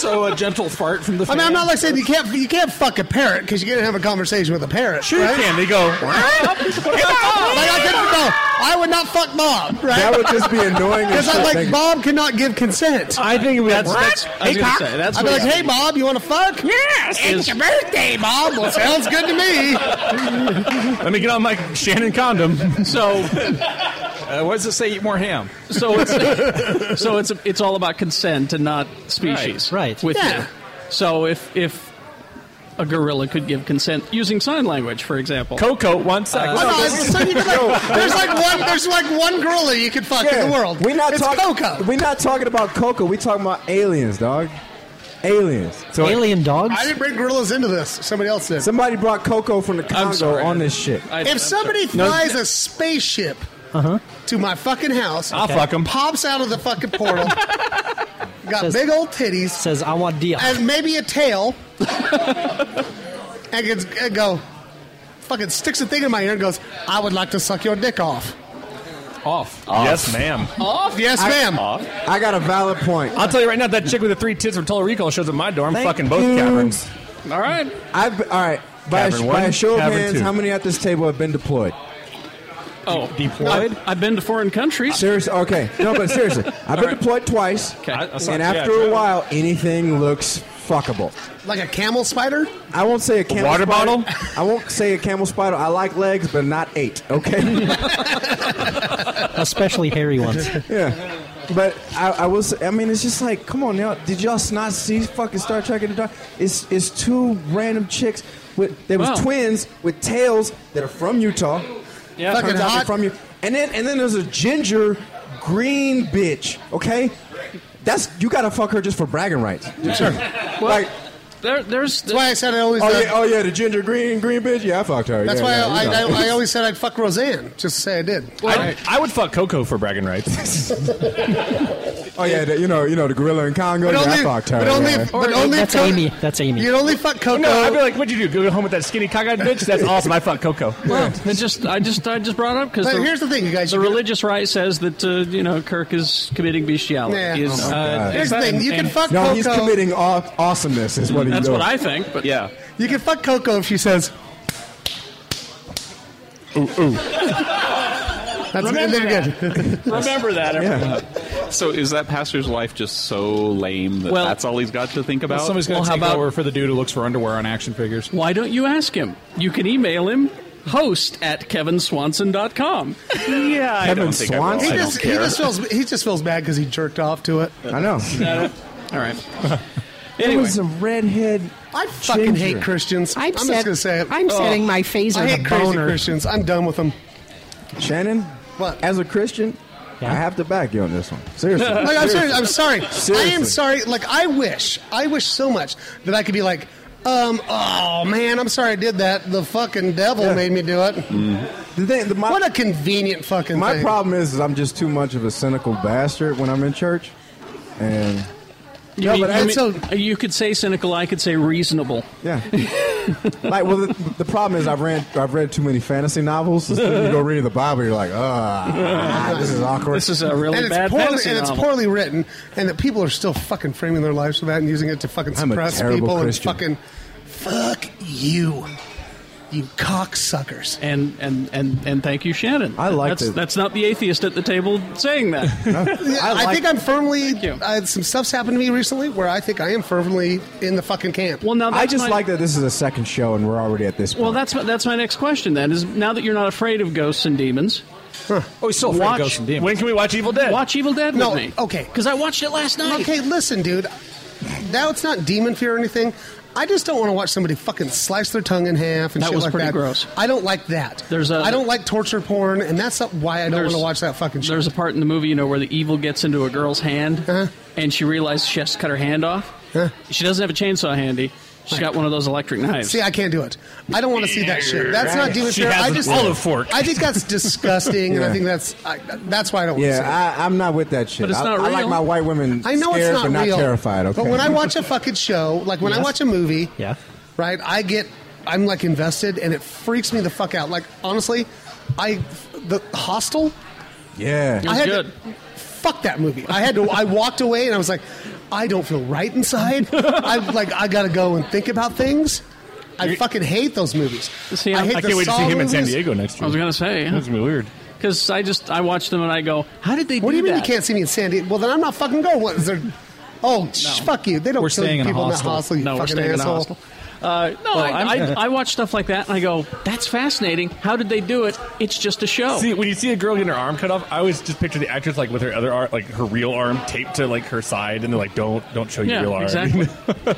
So a gentle fart from the.
I mean, I'm not
fan.
like saying you can't you can't fuck a parrot because you can't have a conversation with a parrot.
Sure you
right?
can. They
go. like I couldn't no, I would not fuck Bob. Right?
That would just be annoying as
Because I
shit.
like
Thank-
Bob cannot give consent.
I think we- That's- that's- I was
hey,
gonna
cock.
say, that's
I'd be
what-
like, hey Bob, you want to fuck? Yes. It's
Is-
your birthday, Bob. Well, sounds good to me.
Let me get on my Shannon condom.
So, uh, what does it say? Eat more ham.
So it's so it's it's all about consent and not species,
right?
With
Yeah.
you. So if if a gorilla could give consent using sign language, for example,
Coco wants sex.
Uh,
Well, no, it's- so you could like, there's like one there's like one gorilla you could fuck in the world.
We're not
it's
talking.
Coco.
We're not talking about Coco. We're talking about aliens, dog. Aliens. So
Alien dogs.
I didn't bring gorillas into this. Somebody else did.
Somebody brought Coco from the Congo
sorry.
on this shit.
if somebody
No,
flies a spaceship to my fucking house,
I'll Okay. fuck 'em.
Pops out of the fucking portal. got big old titties.
Says I want deal.
and maybe a tail. and gets, and go, fucking sticks a thing in my ear and goes, I would like to suck your dick off.
Uh, Off.
Off.
Yes, ma'am.
Off? Yes,
I-
ma'am.
I got a valid point.
I'll tell you right now, that chick with the three tits from Total Recall shows up at my door. I'm
Thank
fucking both
you.
caverns. All right.
I've all right. By, a,
Cavern
by
one,
a show of
cavern
hands,
two.
how many at this table have been deployed?
oh,
Deployed?
I, have been to foreign countries.
Seriously, okay. No, but seriously, I've been deployed twice, and after a while, anything looks fuckable.
Like a camel spider?
I won't say a camel
water
spider.
bottle?
I won't say a camel spider. I like legs, but not eight. Okay.
especially hairy ones.
yeah. But I, I will say, I mean, it's just like, come on now. Did y'all not see fucking Star Trek in the Dark? It's it's two random chicks with there was
Wow.
twins with tails that are from Utah.
Yeah.
Turns
Fucking
out they're
hot.
from you. And then and then there's a ginger green bitch. Okay, that's you gotta fuck her just for bragging rights. Sure. like.
There, there's
That's why I said I always.
Oh
uh,
yeah, oh yeah, the ginger green green bitch. Yeah, I fucked her.
That's
Yeah,
why
yeah,
I,
you know.
I, I, I always said I'd fuck Roseanne, just to say I did.
I, I would fuck Coco for bragging rights.
oh yeah, the, you know, you know, the gorilla in
But
Congo. Yeah, I
only-
fucked her.
but only-
yeah.
but only
that's
if Coco-
Amy. That's Amy.
You'd only fuck Coco.
no, I'd be like, what'd you do? Go home with that skinny cockeyed bitch? That's awesome. I fuck Coco.
Well, they just I just I just brought it up because
But here's the thing, you guys.
The religious right says that uh, you know Kirk is committing bestiality.
Yeah.
He is,
Oh, my
uh,
God.
Here's the thing, you can
and-
fuck
No,
Coco.
he's committing aw- awesomeness. Is what he's
That's
doing.
what I think. But
Yeah.
you can fuck Coco if she says,
Ooh, ooh.
that's and then you're good.
Remember that,
everyone.
So is that pastor's wife just so lame that
Well-
that's all he's got to think about?
Somebody's going
Well,
to
how
take
about-
over for the dude who looks for underwear on action figures.
Why don't you ask him? You can email him host at kevinswanson.com.
yeah, I
Kevin
don't think I will.
Swanson?
He
I
just,
don't
he
care.
just feels he just feels bad because he jerked off to it.
I know.
All right.
It
Anyway,
was a redhead.
I fucking
Ginger.
hate Christians. I'm,
I'm
just
set-
gonna say it.
I'm setting my face
I
on
hate
a
crazy
boner.
Christians. I'm done with them.
Shannon,
What?
as a Christian,
Yeah?
I have to back you on this one. Seriously.
Like, I'm serious. I'm sorry.
Seriously.
I am sorry. Like I wish, I wish so much that I could be like, um, oh man, I'm sorry I did that. The fucking devil
Yeah.
made me do it.
The thing, the, my,
what a convenient fucking.
my
thing.
problem is, is I'm just too much of a cynical bastard when I'm in church. And
you,
No,
mean-
but
you
I-
mean-
so-
you could say cynical, I could say reasonable.
yeah. like, well, the, the problem is I've read I've read too many fantasy novels. So you go read the Bible, you're like, ah, this is awkward.
This is a really
and it's
bad
poorly
fantasy
and it's
novel.
poorly written, and that people are still fucking framing their lives for that and using it to fucking
I'm a
suppress
terrible
people
Christian.
and fucking fuck you, you cocksuckers.
And, and and and thank you, Shannon.
I like
that's,
that.
that's not the atheist at the table saying that.
Yeah, I,
like-
think I'm firmly.
you.
Uh, some stuff's happened to me recently where I think I am firmly in the fucking camp.
well, now
I
that's
just
my-
like that this is a second show and we're already at this point.
Well, that's my, that's my next question. Then is now that you're not afraid of ghosts and demons,
Oh, he's still afraid
Watch-
of ghosts and demons.
When can we watch Evil Dead?
watch Evil Dead
No,
with me.
Oh, okay.
because I watched it last night.
Okay, listen, dude. Now it's not demon fear or anything. I just don't want to watch somebody fucking slice their tongue in half and
That
shit
was
like
pretty
that.
gross.
I don't like that.
There's a-
I don't like torture porn, and that's not why I don't
There's-
want to watch that fucking shit. Uh-huh.
There's a part in the movie, you know, where the evil gets into a girl's hand, and she realizes she has to cut her hand off. She doesn't have a chainsaw handy. She's got one of those electric knives.
See, I can't do it. I don't want to see that shit. That's not demon
She
fear.
has
I
an
just
olive fork.
I think that's disgusting, and I
Yeah.
think that's I, that's why I don't. want to see it.
yeah, I, I'm not with that shit.
But it's
I,
not
I like
real.
my white women
I know
scared
it's not
but not
real.
terrified. Okay,
But when I watch a fucking show, like when I watch a movie,
Yeah.
right, I get I'm like invested, and it freaks me the fuck out. Like honestly, I the Hostel.
yeah,
was
I had
good.
To, fuck that movie. I had to. I walked away, and I was like, I don't feel right inside. I like I gotta go and think about things. I fucking hate those movies.
I
hate the Saw movies.
I was gonna say
That's
gonna be weird because I just I watched them and I go, how did they?
What do you mean
that?
you can't see me in San Diego? Well, then I'm not fucking going. What is there? Oh, sh- fuck you. They don't
We're
kill
staying in a
people
hostel.
that hostel. You
No, we're
fucking
staying in a
asshole.
hostel. Uh, no,
Well,
I,
I'm-
I, I watch stuff like that and I go, that's fascinating. How did they do it? It's just a show.
See, when you see a girl getting her arm cut off, I always just picture the actress like with her other arm, like her real arm taped to like her side, and they're like, "Don't, don't show your
yeah,
real arm."
exactly.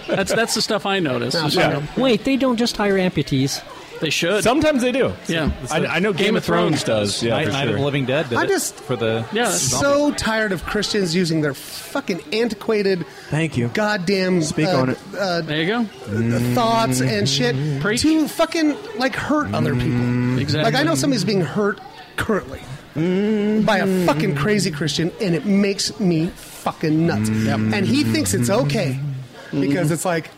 that's that's the stuff I notice.
Yeah.
Wait, they don't just hire amputees.
They should.
Sometimes they do.
Yeah,
I, I know Game, of Thrones, does. Yeah,
Night,
for
Night
sure.
of the Living Dead did
I
it
just-
for the zombie.
so tired of Christians using their fucking antiquated, thank you, goddamn,
Speak
uh,
on it.
Uh,
there you go,
thoughts and shit to fucking like hurt other people.
Exactly.
Like I know somebody's being hurt currently by a fucking crazy Christian, and it makes me fucking nuts.
Mm.
And he thinks it's okay because it's like.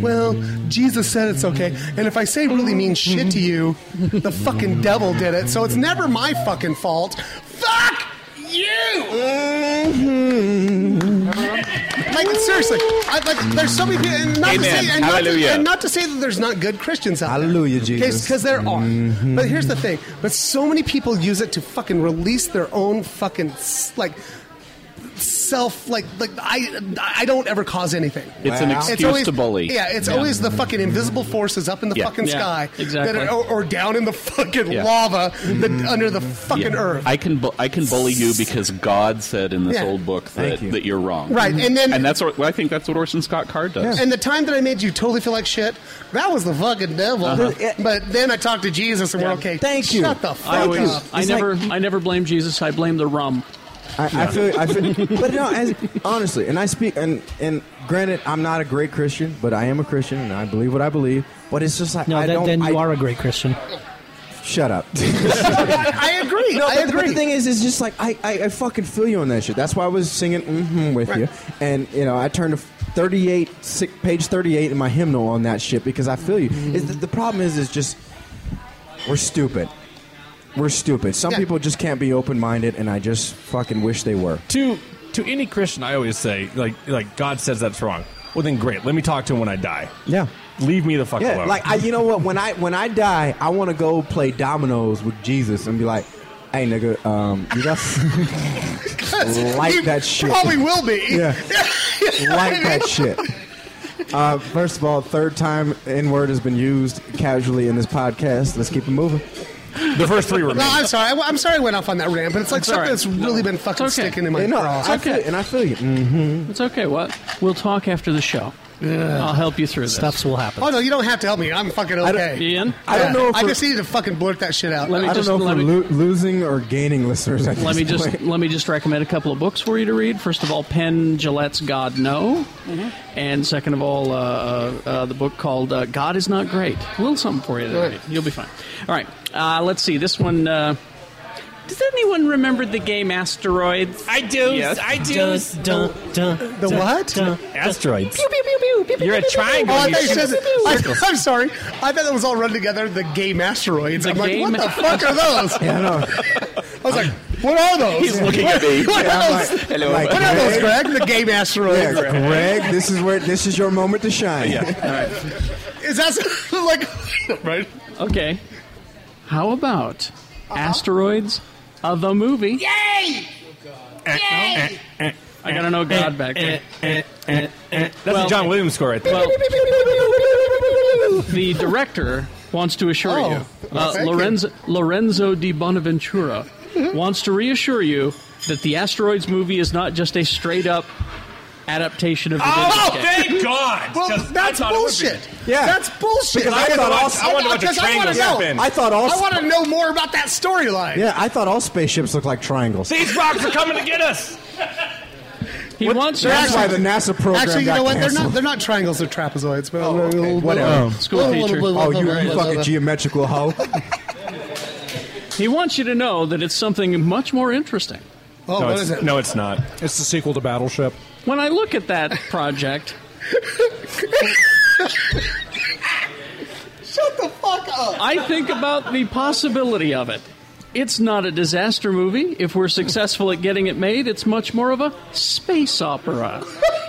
Well, Jesus said it's okay, and if I say really mean shit to you, the fucking devil did it, so it's never my fucking fault. Fuck you!
Mm-hmm.
Like seriously, I, like there's so many people, and not, to
Amen.
say, and, not to,
Hallelujah.
and not to say that there's not good Christians out
Hallelujah,
there,
Jesus. Mm-hmm.
because there are. But here's the thing: but so many people use it to fucking release their own fucking s- like self like like I I don't ever cause anything.
It's an excuse
always-
to bully.
Yeah, it's
Yeah.
always
Mm-hmm.
the fucking invisible forces up in the
Yeah.
fucking
Yeah,
sky,
exactly.
that are, or, or down in the fucking
Yeah.
lava that,
Mm-hmm.
under the fucking
Yeah.
earth.
I can bu- I can bully you because God said in this
Yeah.
old book that,
Thank you.
that you're wrong.
Right, and then-
and that's what well, I think that's what Orson Scott Card does.
And the time that I made you totally feel like shit, that was the fucking devil.
Uh-huh.
But then I talked to Jesus and we're okay. Thank you. Shut the fuck
I always,
up.
I never, I never blame Jesus. I blame the rum.
I, I feel, I feel, but no, as, honestly, and I speak, and and granted, I'm not a great Christian, but I am a Christian, and I believe what I believe. But it's just like
No,
I
then,
don't.
then you
I-
are a great Christian.
Shut up.
I, I agree.
No,
I
but, the-
agree.
but the thing is, is just like I, I, I fucking feel you on that shit. That's why I was singing mm-hmm with you, and you know I turned to thirty-eight, six, page thirty-eight in my hymnal on that shit because I feel you. Is the, the problem is, is just we're stupid. We're stupid. Some
Yeah.
people just can't be open-minded, and I just fucking wish they were.
to to any Christian, I always say like like God says that's wrong. Well, then great. Let me talk to him when I die.
Yeah,
leave me the fuck
Yeah,
alone.
like I, you know what? When I when I die, I want to go play dominoes with Jesus and be like, "Hey, nigga, um, you got
You
light that shit."
Probably will be.
Yeah, light that shit. Uh, first of all, third time N word has been used casually in this podcast. Let's keep it moving.
The first three
No, I'm sorry. I, am sorry I went off on that rant, but it's like
It's
something
all right.
that's really been fucking
It's okay.
sticking in my
No,
craw.
I feel- and I feel you. Mm-hmm.
It's okay. What? We'll talk after the show.
Yeah.
I'll help you through this.
Stuffs will happen.
Oh no, you don't have to help me. I'm fucking
I don't-
okay.
Ian?
I don't know. If I
we're-
just needed to fucking blurt that shit out.
Let me
I don't
just-
know if
let
we're
me-
lo- losing or gaining listeners. At
Let
this
me just
point.
let me just recommend a couple of books for you to read. First of all, Penn Gillette's God No,
Mm-hmm.
and second of all, uh, uh, uh, the book called uh, God Is Not Great. A little something for you to read. You'll be fine. All right, uh, let's see this one. Uh, does anyone remember the game Asteroids?
I do. I do.
Dun,
dun,
The what?
Asteroids.
You're a triangle.
Oh, I thought you
shoot
said I,
circles.
I'm sorry. I thought it was all run together. The game asteroids. I'm like,
game-
what the fuck are those?
Yeah, I know.
I was like, what are those?
He's looking
what,
at me.
What
Yeah,
are
I'm
those?
like- Hello.
what
Like,
are those,
Greg?
Greg? The game
Yeah,
asteroids.
Greg, this is where this is your moment to shine.
Is that so- like right?
Okay. How about Asteroids of the movie?
Uh-huh. Yay! Yay!
I got to
eh,
know God back there.
Eh,
That's a John Williams score right there.
Well, the director wants to assure
Oh,
you,
well,
uh,
thank you. Mm-hmm.
Lorenzo, Lorenzo di Bonaventura wants to reassure you that the Asteroids movie is not just a straight up adaptation of the
Oh,
Disney sketch.
thank God!
Well, that's bullshit. Yeah, that's bullshit.
Because I
wanna
thought all-
watch-
I wanted to watch a
because I
triangle
wanna know.
happen.
I thought all-
I want to know more about that storyline.
Yeah, I thought all spaceships looked like triangles.
These
rocks are coming to get us.
He wants.
That's why the NASA program
Actually, you
got
know what? They're not.
canceled.
They're not triangles. They're trapezoids. But
Whatever.
School teacher.
Oh, you, you fucking geometrical hoe.
He wants you to know that it's something much more interesting.
Oh,
no, it's, No, it's not.
It's the sequel to Battleship.
When I look at that project,
Shut the fuck up.
I think about the possibility of it. It's not a disaster movie. If we're successful at getting it made, it's much more of a space opera.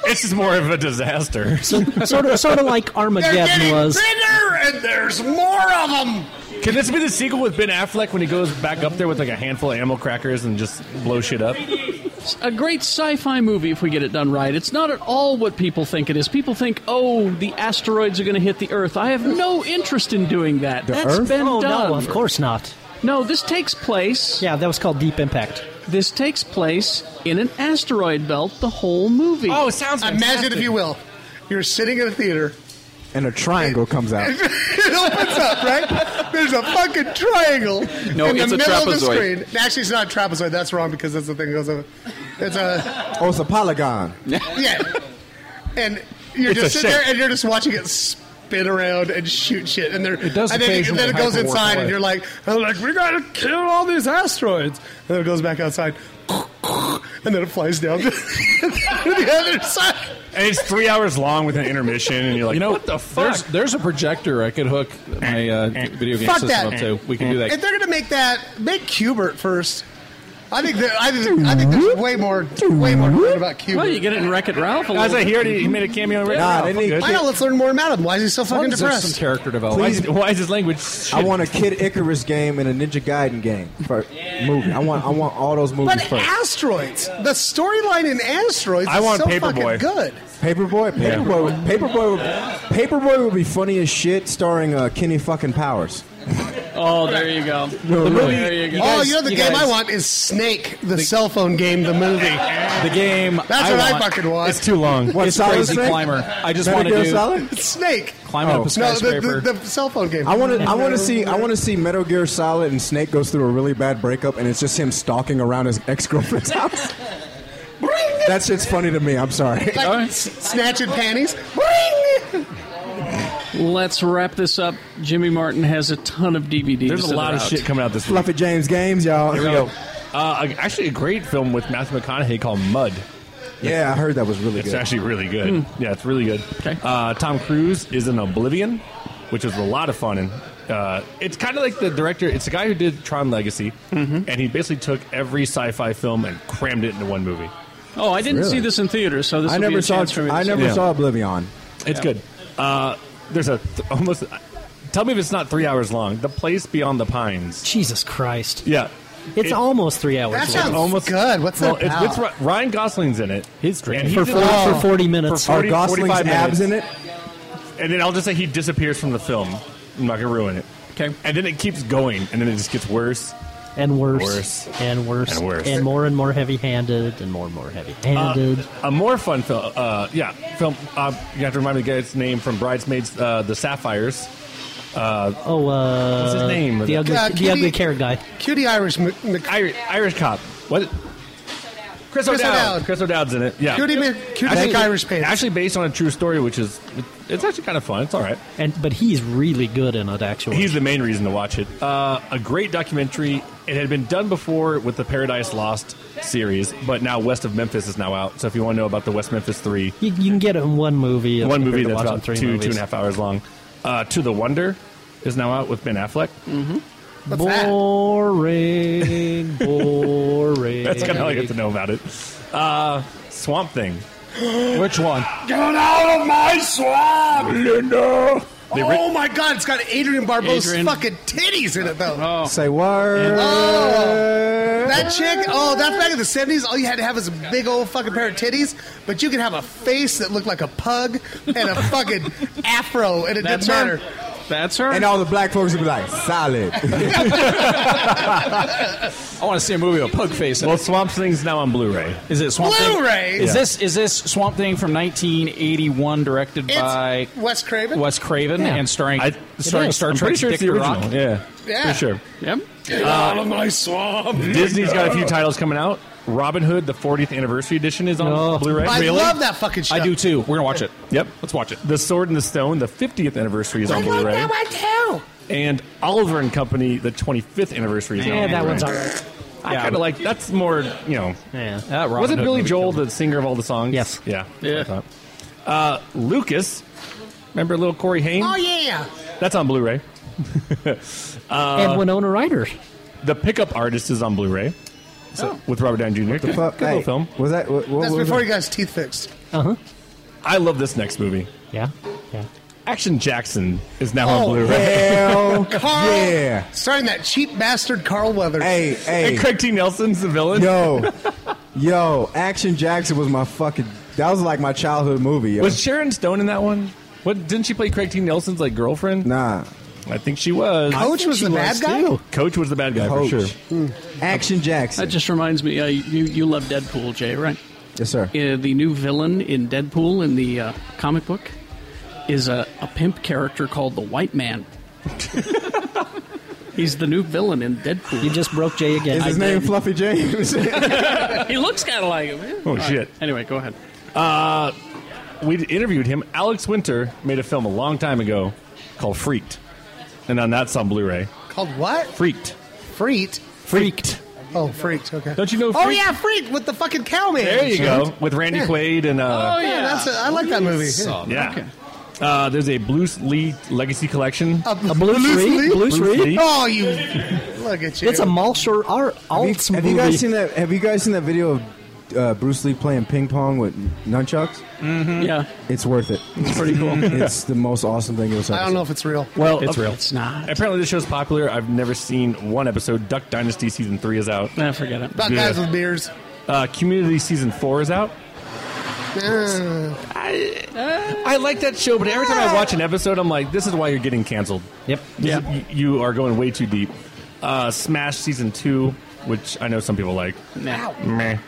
This is more of a disaster.
So, sort of, sort of like
They're
Armageddon
getting
was.
bigger, and there's more of them.
Can this be the sequel with Ben Affleck when he goes back up there with like a handful of ammo crackers and just blow shit up?
It's a great sci-fi movie if we get it done right. It's not at all what people think it is. People think, "Oh, the asteroids are going to hit the Earth." I have no interest in doing that.
That's
That's been
oh,
done.
No, of course not.
No, this takes place.
Yeah, that was called Deep Impact.
This takes place in an asteroid belt. The whole movie.
Oh, sounds Imagine,
fantastic.
if you will, you're sitting in a theater.
And a triangle comes out.
it opens up, right? There's a fucking triangle
No,
in the
it's a
middle of
trapezoid.
the screen. Actually, it's not a trapezoid. That's wrong because that's the thing that goes over. It's a
Oh, it's a polygon.
yeah, and you're
It's
just
a
sitting there
shape.
and you're just watching it spin around and shoot shit, and there it
does
and then,
occasionally
then it goes
hyperwarp
inside,
away.
and you're like, I'm like, we gotta kill all these asteroids, and then it goes back outside, and then it flies down. the other side.
And it's three hours long with an intermission, and you're like,
You know
what the fuck? Eh,
There's, there's a projector I could hook my uh, video game
Fuck
system
that.
up to. We can do that.
If they're gonna make that, make Cubert first. I think that I think, I think there's way more way more to learn about Cubert.
Well, you get it in Wreck-It Ralph. A
Guys,
little
I hear he- he
made a cameo in Wreck-It
Nah,
Ralph.
they need- I know. Let's learn more about him. Why is he so fucking depressed?
Why is, why is his language? Shit?
I want a Kid Icarus game and a Ninja Gaiden game for movie. I want I want all those movies
But
first.
asteroids, the storyline in asteroids
I
is
want
so
Paperboy.
fucking good.
Paperboy,
Yeah.
Paperboy, would- Paperboy, would, Paperboy would be funny as shit, starring uh, Kenny fucking Powers.
Oh, there you go.
No,
The
really.
movie- There you go.
oh, you know the game I want is Snake, the, cell phone game, the movie. The
game.
That's what I fucking want.
It's too long.
What,
it's
Solid
crazy
Snake?
climber. I just
Better
want
Gear
to do.
Solid?
Snake.
Climbing up a
No,
skyscraper.
the, the, the cell phone game.
I want to. I want to see. I want to see Metal Gear Solid and Snake goes through a really bad breakup, and it's just him stalking around his ex girlfriend's house. that shit's funny to me. I'm sorry.
Like, s- snatching panties.
Let's wrap this up. Jimmy Martin has a ton of DVDs.
There's
that
a lot
are
of shit coming out this week.
Fluffy James Games, y'all.
Here we go. Uh, a- actually, a great film with Matthew McConaughey called Mud.
Yeah, I heard that was really
it's
good.
actually really good. Hmm. Yeah, it's really good. Okay. Uh, Tom Cruise is in Oblivion, which was a lot of fun. And uh, it's kind of like the director. It's the guy who did Tron Legacy, and he basically took every sci-fi film and crammed it into one movie.
Oh, I didn't
Really?
see this in theater, so this
I
will be
never
a
saw.
chance for me to
I
see
never
it.
saw Oblivion.
It's
Yeah.
good. Uh, there's a th- almost. Tell me if it's not three hours long. The Place Beyond the Pines.
Jesus Christ.
Yeah.
It's
It-
almost three hours.
That
long.
sounds Almost-
good. What's
well,
that
it's,
about?
it's Ry- Ryan Gosling's in it. His
great. For four- for 40 minutes.
For 40,
Are Gosling's
45
abs
minutes.
in it?
And then I'll just say he disappears from the film. I'm not gonna ruin it. Okay. And then it keeps going, and then it just gets worse.
and worse,
Worse.
and worse
And worse.
more and more heavy-handed and more and more heavy-handed.
Uh, a more fun film. Uh, yeah, film. Uh, you have to remind me the guy's name from Bridesmaids, uh, the Sapphires. Uh,
oh, uh,
what's his name?
the ugly- the ugly carrot guy.
Cutie Irish.
Irish, Irish cop. What? Chris O'Dowd. Chris O'Dowd's in it. Yeah.
Cutie Mc- Cutie McIrish
Pants. Actually based on a true story, which is it's actually kind of fun. It's all right.
and but he's really good in it. Actually,
He's the main reason to watch it. Uh, a great documentary. It had been done before with the Paradise Lost series, but now West of Memphis is now out. So if you want to know about the West Memphis Three,
you, you can get it in one movie.
one movie
compared to
that's
watching
about two
three
two and a half hours long. Uh, to the Wonder is now out with Ben Affleck.
movies. Boring, boring.
That's kind of all I get to know about it. Uh, Swamp Thing. Which one?
Get out of my swamp, Linda.
They
oh my God! It's got Adrian Barbeau's
Adrian.
fucking titties in it though.
Say word.
Oh, that chick! Oh, that's back in the seventies. All you had to have was a big old fucking pair of titties, but you could have a face that looked like a pug and a fucking afro, and it
That's
didn't matter.
That's her.
And all the black folks would be like, solid.
I want to see a movie with a pug face. In
Well,
it.
Swamp Thing's now on Blu-ray.
Is it Swamp Thing?
Blu-ray?
Is
Yeah.
this is this Swamp Thing from 1981, directed
It's
by
Wes Craven.
Wes Craven
Yeah.
and starring
I-
starring
It is.
Star
I'm
Trek
pretty sure
Dick
it's the
Rock.
original. Yeah.
Yeah.
For sure. Uh,
Yep.
Get out of my swamp.
Disney's got a few titles coming out. Robin Hood, the 40th anniversary edition, is on
Oh.
Blu-ray.
I Really? love
that fucking
I do too. We're gonna watch it.
Yep, let's watch it. The Sword and the Stone, the 50th anniversary is on Blu-ray,
one
and Oliver and Company, the 25th anniversary is
Yeah,
on
that
Blu-ray.
one's alright.
I kind of like that's more you know.
Yeah,
was it Billy Joel the singer of all the songs? Yes. Yeah. Yeah. Uh, Lucas, remember little Corey Haim?
Oh yeah.
That's on Blu-ray. uh, and
Winona Ryder.
The Pickup Artist is on Blu-ray.
Oh.
So, With Robert Downey Jr. Good,
fuck?
good little
Hey,
film.
Was that? What,
That's before you got his teeth fixed.
Uh huh.
I love this next movie.
Yeah, yeah.
Action Jackson is now on
Oh,
Blu-ray.
hell Carl, Starring that cheap bastard Carl Weathers.
Hey, hey.
And Craig T. Nelson's the villain.
Yo, yo, Action Jackson was my fucking. That was like my childhood movie. Yo.
Was Sharon Stone in that one? What didn't she play Craig T. Nelson's like girlfriend?
Nah.
I think she was.
Coach I think was she the bad was, guy? too.
Coach was the bad guy
Coach.
for sure.
Hmm. Action Jackson.
That just reminds me. Uh, you you love Deadpool, Jay, right?
Yes, sir.
Uh, the new villain in Deadpool in the uh, comic book is a, a pimp character called the White Man. He's the new villain in Deadpool. You
just broke Jay again.
Is his name Fluffy James?
he looks kind of like him.
Oh
All right.
shit!
Anyway, go ahead.
Uh, we interviewed him. Alex Winter made a film a long time ago called Freaked, and on that's on Blu-ray.
Called what?
Freaked.
Freaked.
Freaked.
Oh, freaked. Okay.
Don't you know
Oh
Freaked?
yeah, freaked with the fucking cowman.
There you go, with Randy
Yeah.
Quaid and uh,
Oh yeah, that's a, I like that movie.
Yeah.
Yeah.
Uh, there's a Bruce Lee Legacy Collection.
Oh.
A A Bruce Bruce Lee? Lee? Bruce Lee? Oh, you- Look at you.
It's a Malshore art.
Have you,
Alts
have you guys
movie.
seen that? Have you guys seen that video of uh, Bruce Lee playing ping pong with nunchucks?
Mm-hmm. Yeah.
It's worth it. It's
pretty cool.
it's the most awesome thing you'll see.
I don't know if it's real.
Well,
It's
ap-
real. It's not.
Apparently, this show's popular. I've never seen one episode. Duck Dynasty season three is out.
Nah, forget it.
About guys with beers.
Uh, Community season four is out.
Uh,
I like that show, but every time I watch an episode, I'm like, this is why you're getting canceled.
Yep.
Yeah. You, you are going way too deep. Uh, Smash season two, which I know some people like.
Nah.
Meh.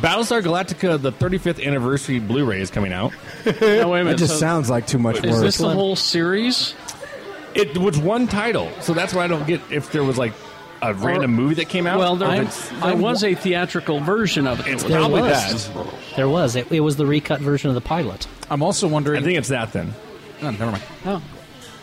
Battlestar Galactica, the 35th anniversary Blu-ray is coming out.
No, wait a
That
minute.
just
So-
sounds like too much
Is
work.
this the whole series?
It was one title, so that's why I don't get if there was like a random movie that came out.
Well,
or
there,
if
was-
it's-
there was a theatrical version of it.
It's
There
probably
was.
that.
There was. It, it was the recut version of the pilot.
I'm also wondering.
I think it's that then.
Oh, never mind.
Oh.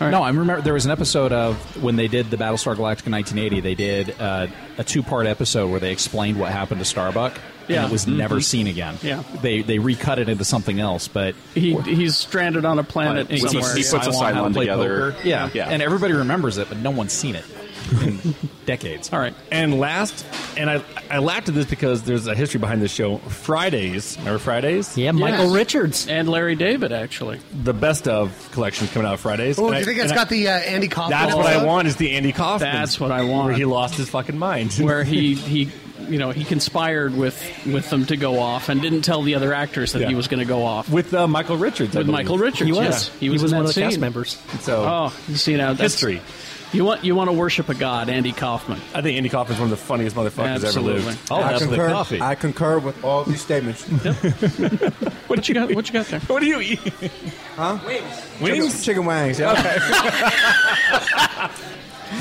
No, I remember there was an episode of when they did the Battlestar Galactica 1980. They did uh, a two-part episode where they explained what happened to Starbuck,
Yeah.
and it was
Mhm.
never seen again.
Yeah.
they they recut it into something else, but
He, he's stranded on a planet
He-
somewhere.
he puts a How to Cylon play together. poker. Yeah.
Yeah.
and everybody remembers it, but no one's seen it in decades.
All right.
And last, and I I laughed at this because there's a history behind this show. Fridays, remember Fridays?
Yeah,
Yes.
Richards
and Larry David actually.
The best of collections coming out Fridays.
oh,
And
do
I-
you think it's
and I-
got the uh, Andy Kaufman?
That's what I
episode?
want is the Andy Kaufman.
That's what I want.
Where he lost his fucking mind.
where he he you know he conspired with with them to go off and didn't tell the other actors that
Yeah.
he was going to go off
with uh, Michael Richards. I
with
believe.
Michael Richards.
He was.
yes.
He was
in
one
that
of the cast
scene.
members.
So-
oh, you see now that's,
History.
You want you want to worship a god, Andy Kaufman.
I think Andy Kaufman's one of the funniest motherfuckers
Absolutely.
ever lived.
I'll
I
have the
concur,
coffee.
I concur with all these statements.
What you got? What you got there?
What do you eat?
Huh?
Wings.
Chicken, chicken wings. Yeah, okay.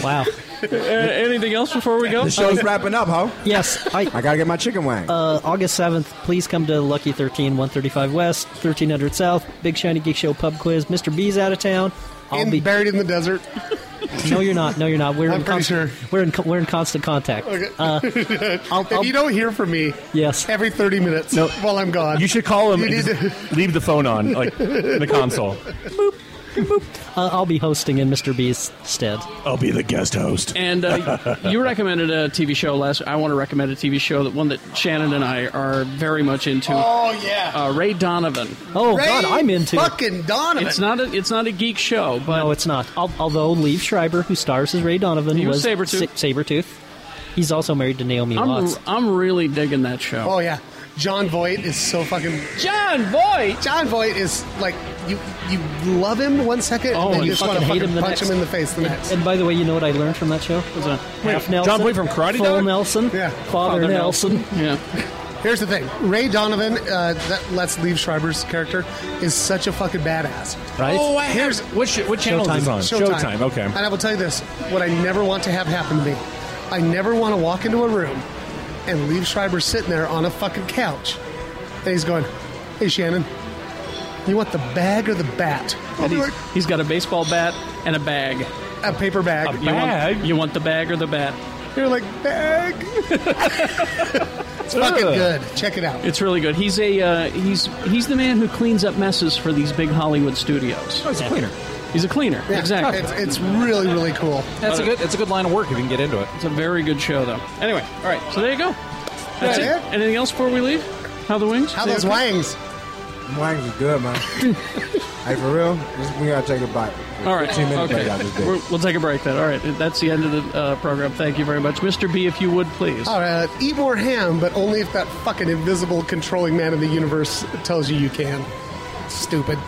Wow.
Uh, anything else before we go?
the show's wrapping up, ho.
Yes, I,
I gotta get my chicken wing.
uh, August 7th, please come to Lucky 13, 135 West, 1300 South, Big Shiny Geek Show pub quiz. Mr. B's out of town. I'll
In-
be.
buried in the desert.
No, you're not. No, you're not. We're
I'm
in
pretty
constant, We're in. co- We're in constant contact.
Okay.
Uh,
if you don't hear from me,
yes.
every thirty minutes while I'm gone,
You should call him.
You
and
need to-
just leave the phone on, like in the console.
Uh, I'll be hosting in Mr. B's stead.
I'll be the guest host.
And uh, you recommended a TV show last. I want to recommend a TV show that one that Shannon and I are very much into.
Oh yeah.
Uh, Ray Donovan.
Oh God, I'm into.
fucking Donovan.
It's not a it's not a geek show, but
no, it's not. Al- although Liev Schreiber, who stars as Ray Donovan,
He was
was
Sabretooth.
Sabretooth. He's also married to Naomi
I'm
Watts.
I'm really digging that show.
Oh yeah, John Voight is so fucking.
John Voight.
Oh. John Voight is like you. You love him one second,
Oh,
and then
and
you just
fucking
want to
hate
fucking
him the
punch
next.
him in the face the next.
And by the way, you know what I learned from that show?
Was that?
Half Nelson,
John Boy from Karate
full
Dog?
Nelson,
Yeah.
Father, Nelson.
Yeah.
Here's the thing: Ray Donovan, uh, that that's Liev Schreiber's character, is such a fucking badass.
Right?
Oh, I
Here's what, sh- what channel is this
Uh,
on?
Showtime.
Okay.
And I will tell you this: what I never want to have happen to me, I never want to walk into a room and leave Schreiber sitting there on a fucking couch, and he's going, "Hey, Shannon, you want the bag or the bat?
And he's, he's got a baseball bat and a bag.
A paper bag.
You want, you want the bag or the bat?
You're like bag. it's fucking good. Check it out.
It's really good. He's a uh, he's he's the man who cleans up messes for these big Hollywood studios.
Oh, he's a cleaner.
He's a cleaner.
Yeah,
exactly.
It's, it's really really cool.
That's a good. That's a good line of work if you can get into it.
It's a very good show, though. Anyway, all right. So there you go. That's
Yeah.
it. Anything else before we leave? How the wings?
How
They
those
okay?
wangs?
Wine's is good, man. hey, for real, we gotta take a bite.
All right.
15 minutes
Okay.
I got this bitch.
We're- We'll take a break then. All right. That's the end of the uh, program. Thank you very much. Mr. B, if you would, please.
All right, eat more uh, ham, but only if that fucking invisible controlling man in the universe tells you you can. Stupid.